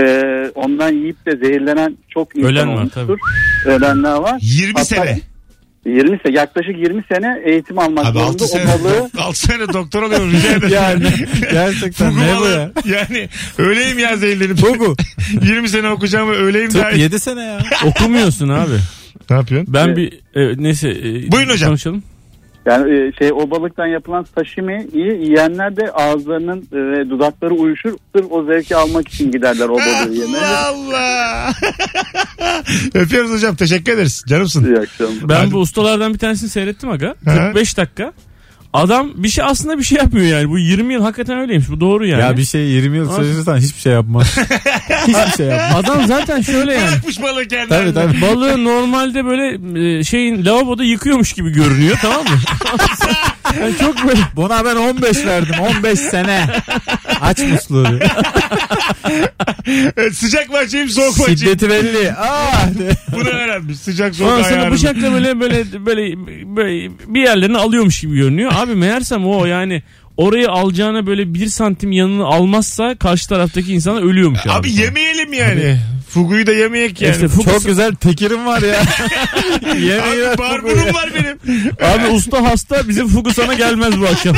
[SPEAKER 11] Ee, ondan yiyip de zehirlenen çok insan
[SPEAKER 3] Ölen var,
[SPEAKER 11] olmuştur. Ölenler var.
[SPEAKER 2] 20
[SPEAKER 11] Hatta
[SPEAKER 2] sene.
[SPEAKER 11] 20 sene yaklaşık 20 sene eğitim almak
[SPEAKER 2] Abi 6
[SPEAKER 11] zorunda o
[SPEAKER 2] sene,
[SPEAKER 11] balığı
[SPEAKER 2] 6 sene doktor şey oluyorum rica ederim.
[SPEAKER 4] yani gerçekten
[SPEAKER 2] Fugu
[SPEAKER 4] ne bu ya?
[SPEAKER 2] balığı. Yani öyleyim ya zehirlenip.
[SPEAKER 4] Fugu.
[SPEAKER 2] 20 sene okuyacağımı öyleyim daha
[SPEAKER 4] Tıp
[SPEAKER 2] iyi.
[SPEAKER 4] 7 sene ya.
[SPEAKER 3] Okumuyorsun abi.
[SPEAKER 2] Ne yapıyorsun?
[SPEAKER 3] Ben
[SPEAKER 11] Evet.
[SPEAKER 3] bir e, neyse e,
[SPEAKER 2] Buyurun hocam.
[SPEAKER 3] konuşalım.
[SPEAKER 11] yani e, şey o balıktan yapılan sashimi iyi yiyenler de ağızlarının e, ve dudakları uyuşur sırf o zevki almak için giderler o balığı yemeye.
[SPEAKER 2] Allah Allah. Öpüyoruz hocam. Teşekkür ederiz. Canımsın.
[SPEAKER 11] İyi akşamlar.
[SPEAKER 3] Ben
[SPEAKER 2] Hadi.
[SPEAKER 3] bu ustalardan bir tanesini seyrettim aga.
[SPEAKER 2] Hı hı.
[SPEAKER 3] 45 dakika. Adam bir şey aslında bir şey yapmıyor yani. Bu 20 yıl hakikaten öyleymiş. Bu doğru yani.
[SPEAKER 4] Ya bir şey 20 yıl çalışırsan hiçbir şey yapmaz. hiçbir şey yapmaz.
[SPEAKER 3] Adam zaten şöyle yani.
[SPEAKER 2] Yapmış balığı kendini.
[SPEAKER 4] Tabii tabii.
[SPEAKER 3] Balığı normalde böyle e, şeyin lavaboda yıkıyormuş gibi görünüyor tamam mı? Yani çok böyle
[SPEAKER 4] Buna ben 15 verdim. 15 sene. Aç musluğu.
[SPEAKER 2] Evet, Sıcak mı açayım soğuk mu açayım?
[SPEAKER 4] Şiddeti belli. Aa.
[SPEAKER 2] Bunu öğrenmiş. Sıcak soğuk
[SPEAKER 3] ondan sonra
[SPEAKER 2] ayarını.
[SPEAKER 3] bıçakla böyle, böyle böyle böyle bir yerlerini alıyormuş gibi görünüyor. Abi meğersem o yani orayı alacağına böyle bir santim yanını almazsa karşı taraftaki insan ölüyormuş abi.
[SPEAKER 2] Abi yemeyelim yani. Fuguyu da yemeyek yani.
[SPEAKER 3] İşte fugu-
[SPEAKER 4] Çok güzel tekirim var ya. Yemeği
[SPEAKER 2] Abi
[SPEAKER 4] ver.
[SPEAKER 2] barburum var benim.
[SPEAKER 3] Abi usta hasta bizim fugu sana gelmez bu akşam.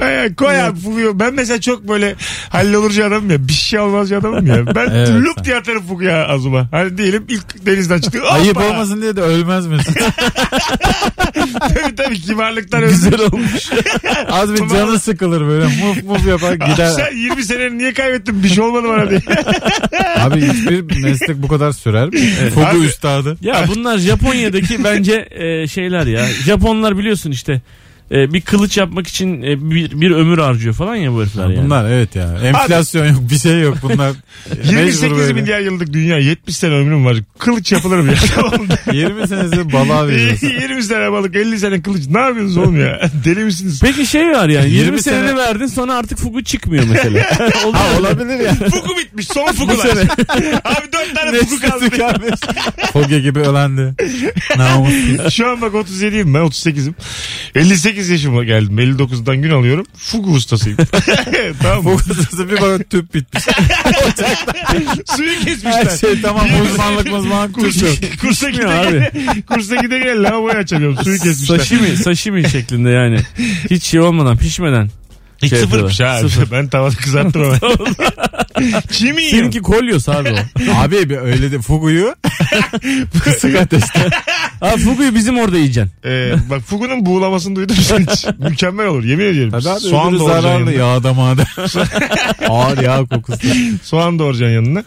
[SPEAKER 2] Ay, Koy abi fuguyu. Ben mesela çok böyle hallolurcu adamım ya. Bir şey olmazcı adamım ya. Ben
[SPEAKER 4] Evet.
[SPEAKER 2] lüp diye atarım fuguya ağzıma. Hani diyelim ilk denizden çıktı.
[SPEAKER 4] Ayıp
[SPEAKER 2] Hoppa.
[SPEAKER 4] olmasın diye de ölmez misin?
[SPEAKER 2] tabii tabii kibarlıktan öldü.
[SPEAKER 4] Güzel olmuş. Az bir canı sıkılır böyle. Muf muf yapar gider.
[SPEAKER 2] Sen 20 seneni niye kaybettin? Bir şey olmadı bana diye.
[SPEAKER 4] Abi hiçbir meslek bu kadar sürer mi? Fugu
[SPEAKER 2] Abi-
[SPEAKER 4] üstadı.
[SPEAKER 3] Ya bunlar Japonya'daki bence e, şeyler ya. Japonlar biliyorsun işte e, bir kılıç yapmak için e, bir, bir ömür harcıyor falan ya bu herifler yani.
[SPEAKER 4] Bunlar evet ya. Enflasyon yok bir şey yok bunlar. Mecbur
[SPEAKER 2] 28
[SPEAKER 4] böyle.
[SPEAKER 2] milyar yıllık dünya 70 sene ömrüm var. Kılıç yapılır mı ya? Tamam.
[SPEAKER 4] 20 senesi balığa veriyorsun.
[SPEAKER 2] 20 sene balık 50 sene kılıç. Ne yapıyorsunuz oğlum ya? Deli misiniz?
[SPEAKER 3] Peki şey var yani 20,
[SPEAKER 4] 20
[SPEAKER 3] seneni
[SPEAKER 4] sene-
[SPEAKER 3] verdin sonra artık fugu çıkmıyor mesela.
[SPEAKER 4] ha olabilir ya.
[SPEAKER 2] Fuku bitmiş. Son fukular. Abi 4 tane fuku kaldı.
[SPEAKER 4] Nefsi kardeş. Foge gibi ölendi. Namussuz.
[SPEAKER 2] Şu an bak 37'yim ben 38'im. 58 yaşıma geldim. 59'dan gün alıyorum. Fugu ustasıyım. tamam mı?
[SPEAKER 4] Fokusuzda bir bak tüp bitmiş.
[SPEAKER 2] Suyu kesmişler.
[SPEAKER 4] Her şey tamam uzmanlık uzmanlık
[SPEAKER 2] Kursa,
[SPEAKER 4] tuşu.
[SPEAKER 2] kursa gide gele, kursa gide gele lavaboyu açamıyorum. Suyu kesmişler.
[SPEAKER 3] sashimi, sashimi şeklinde yani. Hiç şey olmadan pişmeden.
[SPEAKER 2] Hiç
[SPEAKER 3] Şey
[SPEAKER 2] sıfırmış
[SPEAKER 3] yapıyorlar.
[SPEAKER 2] ha.
[SPEAKER 3] Sıfır.
[SPEAKER 2] Ben tavada kızarttım hemen. Çimi yiyorum.
[SPEAKER 3] Seninki kolyoz abi o.
[SPEAKER 4] Abi bir öyle de fuguyu kısık ateşte.
[SPEAKER 3] Abi fuguyu bizim orada yiyeceksin.
[SPEAKER 2] Ee, bak Fugu'nun buğulamasını duydun mu sen hiç? Mükemmel olur yemin ediyorum.
[SPEAKER 4] Tabii abi
[SPEAKER 2] Soğan
[SPEAKER 4] öbürü
[SPEAKER 2] doğrayacaksın
[SPEAKER 4] zararlı
[SPEAKER 2] yanına.
[SPEAKER 4] yağda mağda. Ağır yağ kokusu.
[SPEAKER 2] Soğan doğrayacaksın yanına.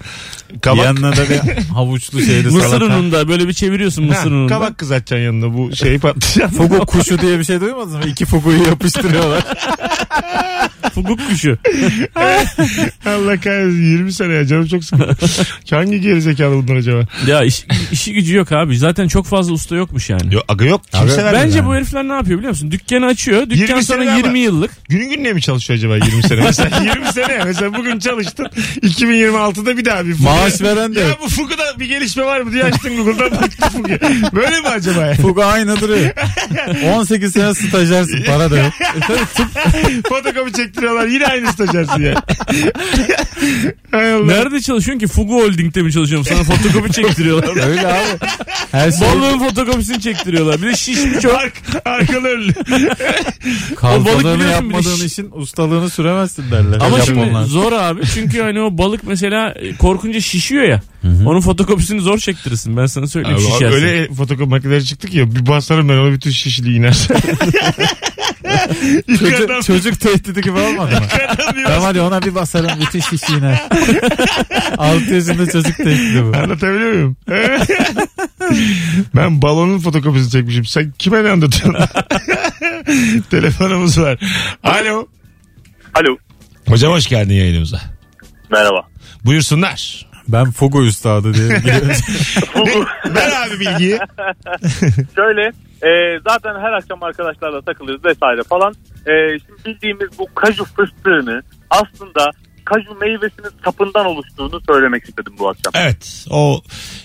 [SPEAKER 2] Kabak.
[SPEAKER 4] Yanına da bir havuçlu şeyde
[SPEAKER 3] Mısır
[SPEAKER 4] salata.
[SPEAKER 3] ununda böyle bir çeviriyorsun
[SPEAKER 2] Ha,
[SPEAKER 3] mısır ununda.
[SPEAKER 2] kabak kızartacaksın yanına bu şeyi patlayacaksın.
[SPEAKER 4] Fugu kuşu diye bir şey duymadınız mı? İki fuguyu yapıştırıyorlar.
[SPEAKER 3] Fugu kuşu.
[SPEAKER 2] Allah kahretsin 20 sene ya canım çok sıkıldı. Hangi gerizekalı bunlar acaba?
[SPEAKER 3] Ya iş- işi gücü yok abi. Zaten çok fazla usta yokmuş yani.
[SPEAKER 2] Yok, aga yok
[SPEAKER 4] Abi,
[SPEAKER 2] kimse vermiyor.
[SPEAKER 3] Bence
[SPEAKER 2] Yani.
[SPEAKER 3] bu herifler ne yapıyor biliyor musun? Dükkanı açıyor.
[SPEAKER 2] 20
[SPEAKER 3] Dükkan
[SPEAKER 2] sene
[SPEAKER 3] sonra
[SPEAKER 2] ama.
[SPEAKER 3] 20 yıllık.
[SPEAKER 2] Günün gününe mi çalışıyor acaba 20 sene? Mesela 20 sene mesela bugün çalıştın 2026'da bir daha bir fugu-
[SPEAKER 4] Maaş veren de
[SPEAKER 2] Ya
[SPEAKER 4] yok.
[SPEAKER 2] bu Fugu'da bir gelişme var mı diye açtın Google'dan baktın Fugu'ya. Böyle mi acaba yani?
[SPEAKER 4] Fugu aynı duruyor. 18 sene stajyersin para da yok.
[SPEAKER 2] Fotokopi çektiriyorlar yine aynı stajyersin yani. Hay Allah.
[SPEAKER 3] Nerede çalışıyorsun ki? Fugu Holding'de mi çalışıyorsun? Sana fotokopi çektiriyorlar.
[SPEAKER 4] Öyle abi. Her şey
[SPEAKER 3] Balığın fotokopisini çektiriyorlar. Bir de şişmiş o.
[SPEAKER 2] Ark, arkalı önlü.
[SPEAKER 3] O balık biliyorsun
[SPEAKER 4] kalfalığını
[SPEAKER 3] bir de
[SPEAKER 4] yapmadığın
[SPEAKER 3] şiş.
[SPEAKER 4] işin ustalığını süremezsin derler.
[SPEAKER 3] Ama
[SPEAKER 4] Japonlar.
[SPEAKER 3] şimdi zor abi. Çünkü hani o balık mesela e, korkunca şişiyor ya. Onun fotokopisini zor çektirirsin. Ben sana söyleyeyim
[SPEAKER 2] Abi,
[SPEAKER 3] şişersin.
[SPEAKER 2] öyle fotokopi makineleri çıktı ki ya, bir basarım ben ona bütün şişliği iner. Yukarıdan-
[SPEAKER 4] Çocuk, çocuk tehdidi gibi olmadı mı?
[SPEAKER 2] yukarıdan bir
[SPEAKER 4] ben hadi ona bir basarım bütün şişi iner. 6 yaşında çocuk tehdidi bu.
[SPEAKER 2] Anlatabiliyor muyum? ben balonun fotokopisini çekmişim. Sen kime ne anlatıyorsun? Telefonumuz var. Alo.
[SPEAKER 12] Alo.
[SPEAKER 2] Hocam hoş geldin yayınımıza.
[SPEAKER 12] Merhaba.
[SPEAKER 2] Buyursunlar.
[SPEAKER 4] Ben Fogo üstadı diye biliyorum.
[SPEAKER 2] Ver abi bilgiyi.
[SPEAKER 12] Şöyle e, zaten her akşam arkadaşlarla takılıyoruz vesaire falan. E, şimdi bildiğimiz bu kaju fıstığını aslında kaju meyvesinin sapından oluştuğunu söylemek istedim bu akşam.
[SPEAKER 2] Evet. O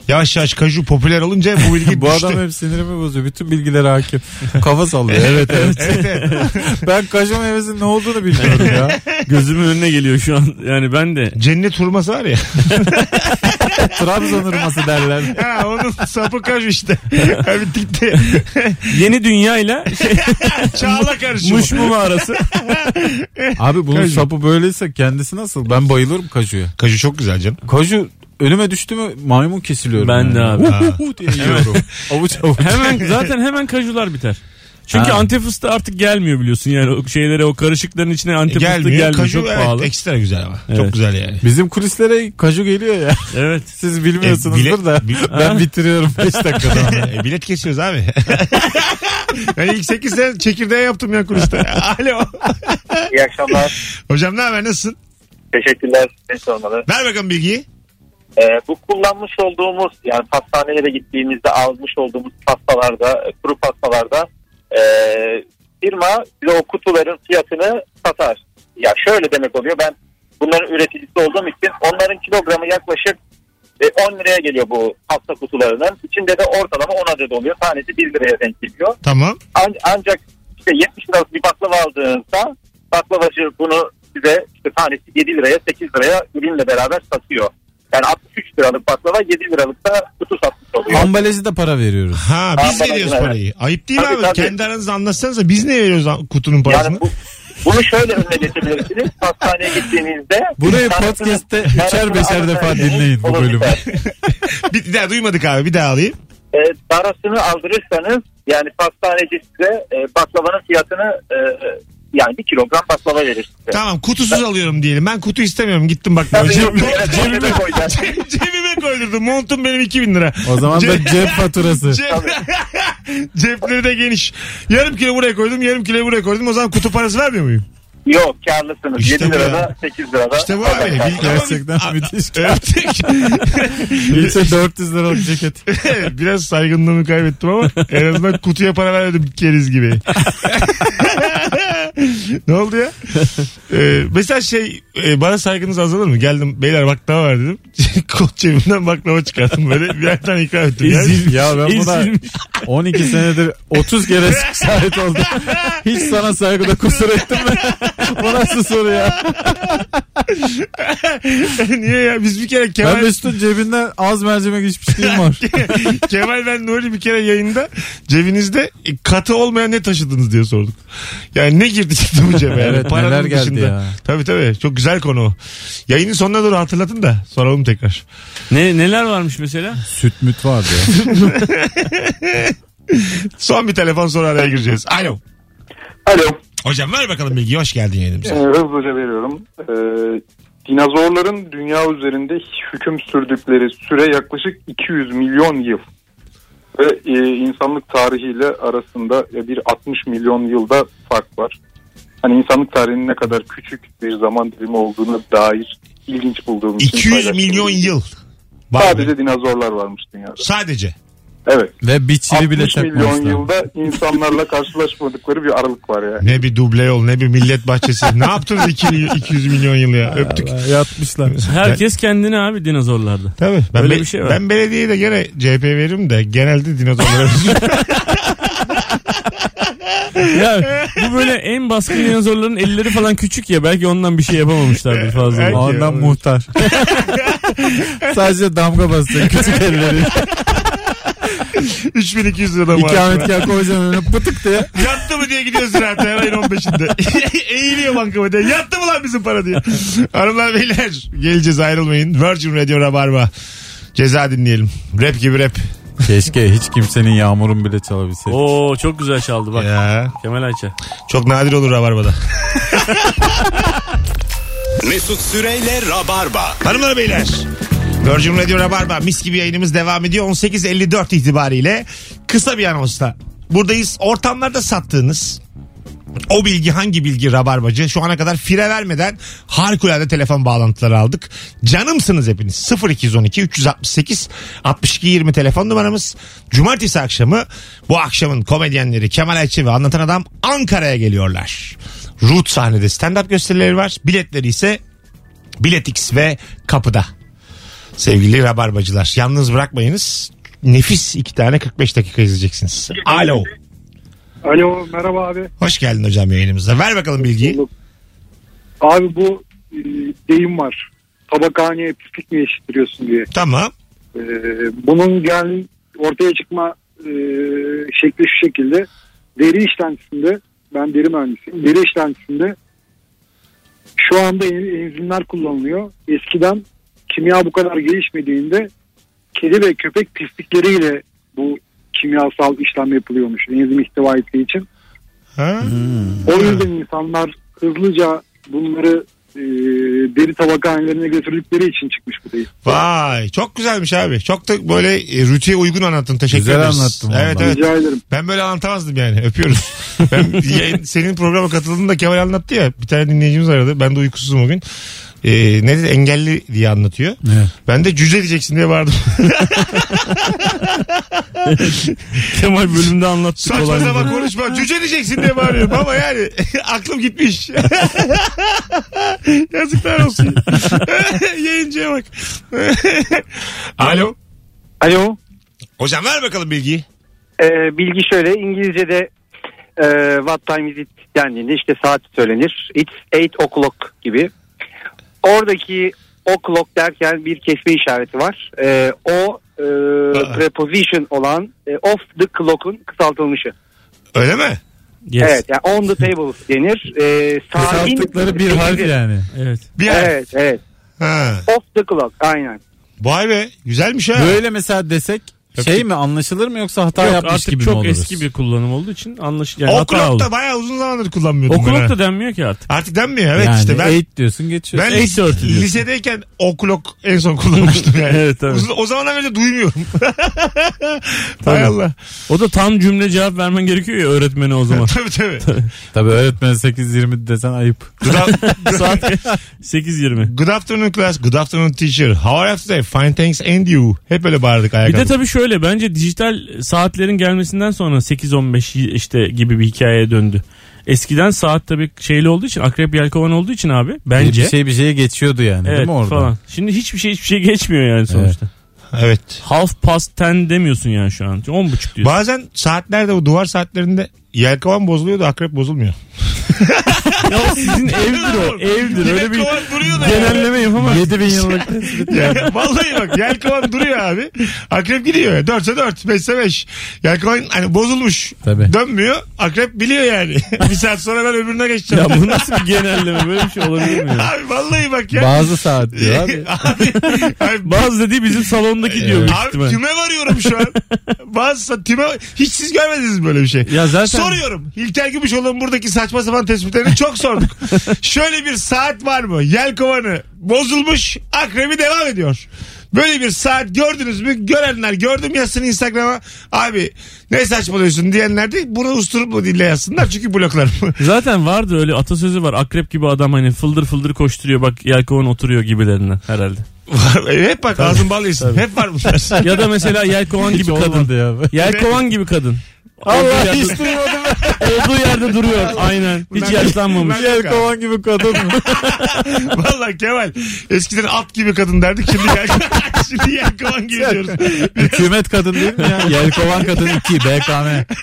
[SPEAKER 2] yavaş yavaş kaju popüler olunca bu bilgi
[SPEAKER 4] Bu
[SPEAKER 2] düştü.
[SPEAKER 4] adam hep sinirimi bozuyor. Bütün bilgilere hakim. Kafa sallıyor. Evet evet.
[SPEAKER 2] Evet, evet.
[SPEAKER 4] ben kaju meyvesinin ne olduğunu bilmiyorum ya.
[SPEAKER 3] Gözümün önüne geliyor şu an. Yani ben de
[SPEAKER 2] Cennet hurması var ya.
[SPEAKER 4] Trabzon hurması derler.
[SPEAKER 2] Ha, onun sapı kaju işte. Ha, bitti.
[SPEAKER 3] yeni dünyayla şey,
[SPEAKER 2] Çağla karışımı.
[SPEAKER 3] muş mu arası.
[SPEAKER 4] Abi bunun
[SPEAKER 2] Kaju.
[SPEAKER 4] sapı böyleyse kendisi nasıl? Ben bayılırım kajuya.
[SPEAKER 2] Kaju çok güzel canım.
[SPEAKER 4] Kaju önüme düştü mü maymun kesiliyorum.
[SPEAKER 3] Ben
[SPEAKER 4] yani.
[SPEAKER 3] de abi.
[SPEAKER 4] Hu hu hu diye yiyorum. avuç avuç.
[SPEAKER 3] Hemen zaten hemen kajular biter. Çünkü
[SPEAKER 4] Ha.
[SPEAKER 3] antep fıstığı artık gelmiyor biliyorsun yani o şeylere o karışıkların içine antep fıstığı
[SPEAKER 2] Gelmiyor.
[SPEAKER 3] gelmiyor
[SPEAKER 2] Kaju
[SPEAKER 3] çok
[SPEAKER 2] evet,
[SPEAKER 3] pahalı.
[SPEAKER 2] ekstra güzel ama. Çok
[SPEAKER 3] Evet.
[SPEAKER 2] güzel yani. E,
[SPEAKER 4] Bizim kulislere kaju geliyor ya.
[SPEAKER 3] Evet.
[SPEAKER 4] Siz bilmiyorsunuzdur
[SPEAKER 2] E, bile-
[SPEAKER 4] da
[SPEAKER 2] bil-
[SPEAKER 4] ben bitiriyorum 5 dakikada.
[SPEAKER 2] E, bilet kesiyoruz abi. ben ilk 8 sene çekirdeğe yaptım ya kuliste. Alo.
[SPEAKER 13] İyi akşamlar.
[SPEAKER 2] Hocam ne haber nasılsın?
[SPEAKER 13] Teşekkürler. Seni sormalı.
[SPEAKER 2] Ver bakalım bilgiyi.
[SPEAKER 13] Ee, bu kullanmış olduğumuz yani pastanelere gittiğimizde almış olduğumuz pastalarda e, kuru pastalarda e, firma bize o kutuların fiyatını satar. Ya şöyle demek oluyor ben bunların üreticisi olduğum için onların kilogramı yaklaşık e, 10 liraya geliyor bu pasta kutularının. İçinde de ortalama 10 adet oluyor. Tanesi 1 liraya denk geliyor.
[SPEAKER 2] Tamam.
[SPEAKER 13] An- ancak işte 70 liralık bir baklava aldığınızda baklavacı bunu size işte tanesi 7 liraya 8 liraya ürünle beraber satıyor. Yani 63 liralık baklava 7 liralık da kutu satmış oluyor.
[SPEAKER 4] Ambalajı da para veriyoruz.
[SPEAKER 2] Ha biz
[SPEAKER 13] Tamam,
[SPEAKER 2] veriyoruz
[SPEAKER 13] evet.
[SPEAKER 2] parayı. Ayıp değil mi
[SPEAKER 13] Tabii,
[SPEAKER 2] abi?
[SPEAKER 13] tabii.
[SPEAKER 2] Kendi aranızda anlatsanıza biz ne veriyoruz kutunun parasını?
[SPEAKER 13] Yani bu, bunu şöyle önüne geçebilirsiniz. Hastaneye gittiğinizde...
[SPEAKER 4] Burayı
[SPEAKER 13] parasını-
[SPEAKER 4] podcast'te
[SPEAKER 13] parasını
[SPEAKER 4] üçer beşer defa
[SPEAKER 13] alırsanız
[SPEAKER 4] dinleyin bu
[SPEAKER 13] olur
[SPEAKER 4] bölümü.
[SPEAKER 13] biter.
[SPEAKER 2] Bir daha duymadık abi bir daha alayım.
[SPEAKER 13] E, parasını aldırırsanız yani pastaneci size e, baklavanın fiyatını e, e, yani bir kilogram baklava verir size.
[SPEAKER 2] Tamam kutusuz alıyorum diyelim. Ben kutu istemiyorum gittim bak. Cebime,
[SPEAKER 13] Cebime koyacaksın.
[SPEAKER 2] cebime koydurdum. Montum benim 2000 lira.
[SPEAKER 4] O zaman da
[SPEAKER 2] Cep-
[SPEAKER 4] cep faturası.
[SPEAKER 2] Cep... Cepleri de geniş. Yarım kilo buraya koydum, yarım kilo buraya koydum. O zaman kutu parası vermiyor muyum?
[SPEAKER 13] Yok karlısınız.
[SPEAKER 2] İşte
[SPEAKER 13] 7
[SPEAKER 2] bu
[SPEAKER 13] lirada
[SPEAKER 2] ya.
[SPEAKER 13] 8 lirada.
[SPEAKER 2] İşte bu abi.
[SPEAKER 13] kazanacak.
[SPEAKER 2] Bil-
[SPEAKER 4] Gerçekten
[SPEAKER 2] Ama-
[SPEAKER 4] müthiş.
[SPEAKER 2] Öptük.
[SPEAKER 4] İlçe 400 liralık ceket.
[SPEAKER 2] Biraz saygınlığımı kaybettim ama en azından kutuya para vermedim keriz gibi. ne oldu ya? Ee, mesela şey e, bana saygınız azalır mı? Geldim beyler baklava ver dedim. Kot cebimden baklava çıkarttım böyle. Bir yerden ikram ettim. Yani,
[SPEAKER 4] ya ben buna
[SPEAKER 3] Ezilmiş.
[SPEAKER 4] 12 senedir 30 kere şahit oldum. Hiç sana saygıda kusur ettim mi? Bu nasıl soru ya?
[SPEAKER 2] niye ya? Biz bir kere
[SPEAKER 4] Ben
[SPEAKER 2] Kemal...
[SPEAKER 4] Mesut'un cebinden az mercimek içmişliğim var.
[SPEAKER 2] Kemal ben Nuri bir kere yayında cebinizde e, katı olmayan ne taşıdınız diye sorduk. Yani ne girdi çıktı bu cebe. Yani.
[SPEAKER 4] Evet,
[SPEAKER 2] Paranın
[SPEAKER 4] neler geldi
[SPEAKER 2] dışında.
[SPEAKER 4] ya.
[SPEAKER 2] Tabii tabii. Çok güzel konu. o. Yayının sonuna doğru hatırlatın da soralım tekrar.
[SPEAKER 3] Ne, neler varmış mesela?
[SPEAKER 4] Süt müt vardı ya.
[SPEAKER 2] Son bir telefon sonra araya gireceğiz. Alo.
[SPEAKER 14] Alo.
[SPEAKER 2] Hocam ver bakalım bilgi. Hoş geldin yayınımıza.
[SPEAKER 14] Ee, hızlıca veriyorum. Ee, dinozorların dünya üzerinde hüküm sürdükleri süre yaklaşık 200 milyon yıl. Ve e, insanlık tarihiyle arasında e, bir 60 milyon yılda fark var. Hani insanlık tarihinin ne kadar küçük bir zaman dilimi olduğuna dair ilginç bulduğum için
[SPEAKER 2] 200
[SPEAKER 14] paylaştım.
[SPEAKER 2] milyon yıl.
[SPEAKER 14] Sadece dinozorlar varmış dünyada.
[SPEAKER 2] Sadece.
[SPEAKER 14] Evet.
[SPEAKER 4] Ve bir çivi bile
[SPEAKER 14] 60 milyon
[SPEAKER 4] takmamışlar.
[SPEAKER 14] yılda insanlarla karşılaşmadıkları bir aralık var yani.
[SPEAKER 2] Ne bir duble yol ne bir millet bahçesi. ne yaptınız iki- 200 milyon yıl ya? Öptük.
[SPEAKER 4] Yatmışlar.
[SPEAKER 3] Herkes kendini abi dinozorlarda.
[SPEAKER 2] Tabii. Ben,
[SPEAKER 3] Böyle
[SPEAKER 2] be-
[SPEAKER 3] bir şey var.
[SPEAKER 2] ben belediyeye de gene CHP veririm de genelde dinozorlara veririm.
[SPEAKER 3] Ya, bu böyle en baskın dinozorların elleri falan küçük ya belki ondan bir şey yapamamışlardır fazla.
[SPEAKER 2] Belki.
[SPEAKER 4] Ondan muhtar. Sadece damga bastı küçük elleri.
[SPEAKER 2] 3200 lira maaş.
[SPEAKER 4] İkametgah koyacaksın önüne pıtık diye.
[SPEAKER 2] Yattı mı diye gidiyoruz zaten her ayın 15'inde. Eğiliyor bankama diye. Yattı mı lan bizim para diye. Hanımlar beyler geleceğiz ayrılmayın. Virgin Radio Rabarba. Ceza dinleyelim. Rap gibi rap.
[SPEAKER 4] Keşke hiç kimsenin yağmurun bile çalabilseydi.
[SPEAKER 3] Oo çok güzel çaldı bak.
[SPEAKER 2] Ya.
[SPEAKER 3] Kemal Ayça.
[SPEAKER 2] Çok nadir olur Rabarba'da.
[SPEAKER 1] Mesut Süreyle Rabarba.
[SPEAKER 2] Hanımlar beyler. Virgin Radio Rabarba mis gibi yayınımız devam ediyor. 18.54 itibariyle kısa bir anonsla buradayız. Ortamlarda sattığınız o bilgi hangi bilgi rabarbacı? Şu ana kadar fire vermeden harikulade telefon bağlantıları aldık. Canımsınız hepiniz. 0212 368 62 20 telefon numaramız. Cumartesi akşamı bu akşamın komedyenleri Kemal Ayçi ve Anlatan Adam Ankara'ya geliyorlar. Root sahnede stand-up gösterileri var. Biletleri ise Biletix ve kapıda. Sevgili rabarbacılar yalnız bırakmayınız. Nefis iki tane 45 dakika izleyeceksiniz. Alo.
[SPEAKER 9] Alo merhaba abi.
[SPEAKER 2] Hoş geldin hocam yayınımıza. Ver bakalım bilgiyi.
[SPEAKER 9] Abi bu e, deyim var. Tabakhaneye pislik mi eşittiriyorsun diye.
[SPEAKER 2] Tamam.
[SPEAKER 9] E, bunun gel ortaya çıkma e, şekli şu şekilde. Deri işlentisinde ben deri mühendisiyim. Deri işlentisinde şu anda en- enzimler kullanılıyor. Eskiden kimya bu kadar gelişmediğinde kedi ve köpek pislikleriyle bu kimyasal işlem yapılıyormuş enzim ihtiva ettiği için.
[SPEAKER 2] Ha?
[SPEAKER 9] O yüzden insanlar hızlıca bunları e, deri tabakhanelerine götürdükleri için çıkmış bu değil.
[SPEAKER 2] Vay çok güzelmiş abi. Çok da böyle e, rutiye uygun anlattın. Teşekkür
[SPEAKER 4] Güzel
[SPEAKER 2] ederiz.
[SPEAKER 4] anlattın
[SPEAKER 2] Evet
[SPEAKER 4] vallahi.
[SPEAKER 2] evet.
[SPEAKER 9] Rica ederim.
[SPEAKER 2] Ben böyle anlatamazdım yani. Öpüyoruz. ben yayın- senin programa katıldığında Kemal anlattı ya. Bir tane dinleyicimiz aradı. Ben de uykusuzum o gün. Ee, ne dedi? Engelli diye anlatıyor.
[SPEAKER 4] Evet.
[SPEAKER 2] Ben de cüce diyeceksin diye vardım.
[SPEAKER 3] Kemal bölümde anlattı.
[SPEAKER 2] Saçma
[SPEAKER 3] kolay
[SPEAKER 2] sapan
[SPEAKER 3] mı?
[SPEAKER 2] konuşma. Cüce diyeceksin diye bağırıyorum ama yani aklım gitmiş. Yazıklar olsun. Yayıncıya bak. Alo.
[SPEAKER 13] Alo.
[SPEAKER 2] Hocam ver bakalım bilgiyi.
[SPEAKER 13] Ee, bilgi şöyle İngilizce'de e, what time is it dendiğinde işte saat söylenir. It's 8 o'clock gibi. Oradaki o'clock derken bir kesme işareti var. Ee, o e, preposition olan e, off the clock'un kısaltılmışı.
[SPEAKER 2] Öyle mi?
[SPEAKER 13] Evet yani on the table denir.
[SPEAKER 10] E,
[SPEAKER 13] Ee, saatin
[SPEAKER 4] Kısalttıkları bir harf
[SPEAKER 13] sekizi.
[SPEAKER 4] yani.
[SPEAKER 3] Evet.
[SPEAKER 13] Evet evet.
[SPEAKER 2] Ha.
[SPEAKER 13] Off the clock aynen.
[SPEAKER 2] Vay be güzelmiş ha.
[SPEAKER 4] Böyle mesela desek şey mi anlaşılır mı yoksa hata
[SPEAKER 3] Yok,
[SPEAKER 4] yapmış
[SPEAKER 3] artık
[SPEAKER 4] gibi mi
[SPEAKER 3] çok
[SPEAKER 4] oluruz?
[SPEAKER 3] eski bir kullanım olduğu için anlaş yani hata
[SPEAKER 2] Oklop
[SPEAKER 3] oldu.
[SPEAKER 2] da bayağı uzun zamandır kullanmıyordum. ben ha.
[SPEAKER 3] Okulok da denmiyor ki artık.
[SPEAKER 2] Artık denmiyor evet
[SPEAKER 4] yani
[SPEAKER 2] işte ben.
[SPEAKER 4] eight diyorsun geçiyorsun.
[SPEAKER 2] Ben
[SPEAKER 4] Eight
[SPEAKER 2] lis-
[SPEAKER 4] dört diyorsun.
[SPEAKER 2] lisedeyken oklok en son kullanmıştım yani.
[SPEAKER 3] Evet, tabii.
[SPEAKER 2] Uzun- o zamandan önce duymuyorum. Hay Allah.
[SPEAKER 3] O da tam cümle cevap vermen gerekiyor ya öğretmene o zaman.
[SPEAKER 2] tabii tabii.
[SPEAKER 4] Tabii öğretmen 8-20 desen ayıp.
[SPEAKER 2] Good, af-
[SPEAKER 3] Saat 8.20.
[SPEAKER 2] good afternoon class, good afternoon teacher. How are you today? Fine thanks and you. Hep böyle bağırdık ayağa
[SPEAKER 3] Bir de
[SPEAKER 2] kalkıp.
[SPEAKER 3] tabii şöyle bence dijital saatlerin gelmesinden sonra 8-15 işte gibi bir hikayeye döndü. Eskiden saat tabii şeyli olduğu için akrep yelkovan olduğu için abi bence.
[SPEAKER 4] Bir şey bir şeye geçiyordu yani
[SPEAKER 3] evet
[SPEAKER 4] değil mi orada?
[SPEAKER 3] falan. Şimdi hiçbir şey hiçbir şey geçmiyor yani sonuçta.
[SPEAKER 2] Evet.
[SPEAKER 3] Half past 10 demiyorsun yani şu an. 10 buçuk diyorsun.
[SPEAKER 2] Bazen saatlerde bu duvar saatlerinde yelkovan bozuluyor da akrep bozulmuyor.
[SPEAKER 3] ya o sizin evdir o. Evdir. Öyle bir genelleme yapamazsın.
[SPEAKER 4] 7000 yıllık
[SPEAKER 2] Ya Vallahi bak yelkovan duruyor abi. Akrep gidiyor. 4'e 4, 5'e 5. Yelkovan hani bozulmuş. Dönmüyor. Akrep biliyor yani. bir saat sonra ben öbürüne geçeceğim.
[SPEAKER 3] Ya bu nasıl bir genelleme? Böyle bir şey olabilir mi? ya?
[SPEAKER 2] Abi vallahi bak ya.
[SPEAKER 4] Bazı saat diyor abi.
[SPEAKER 3] Bazı dediği bizim salondaki diyor büyük
[SPEAKER 2] Abi
[SPEAKER 3] ihtimal.
[SPEAKER 2] tüme varıyorum şu an. Bazı tüme hiç siz görmediniz mi böyle bir şey.
[SPEAKER 3] Ya zaten-
[SPEAKER 2] Soruyorum. İlker Gümüşoğlu'nun buradaki saçma sapan tespitlerini çok sorduk. Şöyle bir saat var mı? Yelkovanı bozulmuş akrebi devam ediyor. Böyle bir saat gördünüz mü? Görenler gördüm yazsın Instagram'a. Abi ne saçmalıyorsun diyenler de bunu usturupla dille yazsınlar. Çünkü bloklarım.
[SPEAKER 3] Zaten vardır öyle atasözü var. Akrep gibi adam hani fıldır fıldır koşturuyor bak yelkovan oturuyor gibilerinden herhalde.
[SPEAKER 2] Hep bak ağzın bal yesin. Hep var bunlar.
[SPEAKER 3] Ya da mesela yelkovan gibi kadın. Yelkovan gibi kadın. Olduğu
[SPEAKER 4] Allah
[SPEAKER 3] yerde-
[SPEAKER 4] hiç duymadım.
[SPEAKER 3] Olduğu yerde duruyor. Aynen. Hiç
[SPEAKER 2] Bunlar-
[SPEAKER 3] yaşlanmamış.
[SPEAKER 2] bunlar yok abi.
[SPEAKER 4] Kovan gibi kadın.
[SPEAKER 2] Vallahi Kemal eskiden at gibi kadın derdik şimdi yer, şimdi yelkovan gibi diyoruz.
[SPEAKER 4] Hükümet kadın değil mi ya? Yelkovan kadın 2 BKM.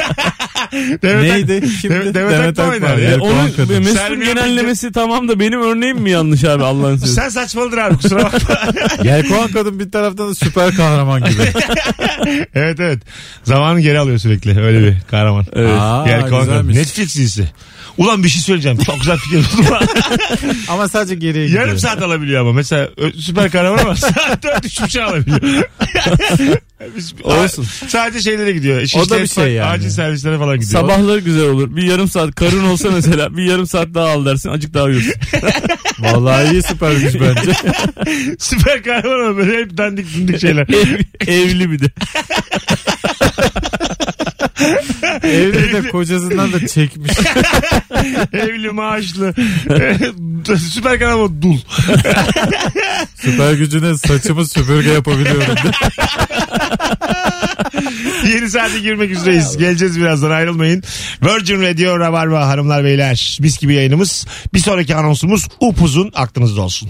[SPEAKER 2] Demet-
[SPEAKER 4] Neydi? Şimdi
[SPEAKER 2] Demet, Demet E, Akbağ oynar.
[SPEAKER 4] Yelkovan
[SPEAKER 3] Onun
[SPEAKER 4] kadın.
[SPEAKER 3] Mesut'un
[SPEAKER 2] Sermiye-
[SPEAKER 3] genellemesi tamam da benim örneğim mi yanlış abi Allah'ın sözü?
[SPEAKER 2] Sen saçmaladın abi kusura bakma.
[SPEAKER 4] Yelkovan kadın bir taraftan da süper kahraman gibi.
[SPEAKER 2] evet evet. Zamanı geri alıyor sürekli. Öyle bir kahraman.
[SPEAKER 4] Evet. Aa,
[SPEAKER 2] yelkovan kadın.
[SPEAKER 4] güzelmiş.
[SPEAKER 2] Netflix dizisi. Ulan bir şey söyleyeceğim. Çok güzel fikir buldum. ha.
[SPEAKER 4] Ama sadece geriye gidiyor.
[SPEAKER 2] Yarım saat alabiliyor ama. Mesela ö- süper kahraman ama saat dört üç buçuğa alabiliyor. Biz-
[SPEAKER 3] Olsun.
[SPEAKER 2] A- sadece şeylere gidiyor. İş-
[SPEAKER 4] O da
[SPEAKER 2] işte
[SPEAKER 4] bir şey yani.
[SPEAKER 2] Acil servislere falan gidiyor.
[SPEAKER 3] Sabahları güzel olur. Bir yarım saat karın olsa mesela bir yarım saat daha al dersin acık daha uyursun.
[SPEAKER 4] Vallahi iyi süper güç bence.
[SPEAKER 2] Süper kahraman ama böyle hep dandik dindik şeyler.
[SPEAKER 3] Ev- evli bir de.
[SPEAKER 4] Evde bir de kocasından da çekmiş.
[SPEAKER 2] Evli maaşlı. Süper kahraman dul.
[SPEAKER 4] Süper gücüne saçımı süpürge yapabiliyorum.
[SPEAKER 2] Yeni saate girmek üzereyiz. Geleceğiz birazdan ayrılmayın. Virgin Radio Rabarba hanımlar beyler. Biz gibi yayınımız. Bir sonraki anonsumuz upuzun aklınızda olsun.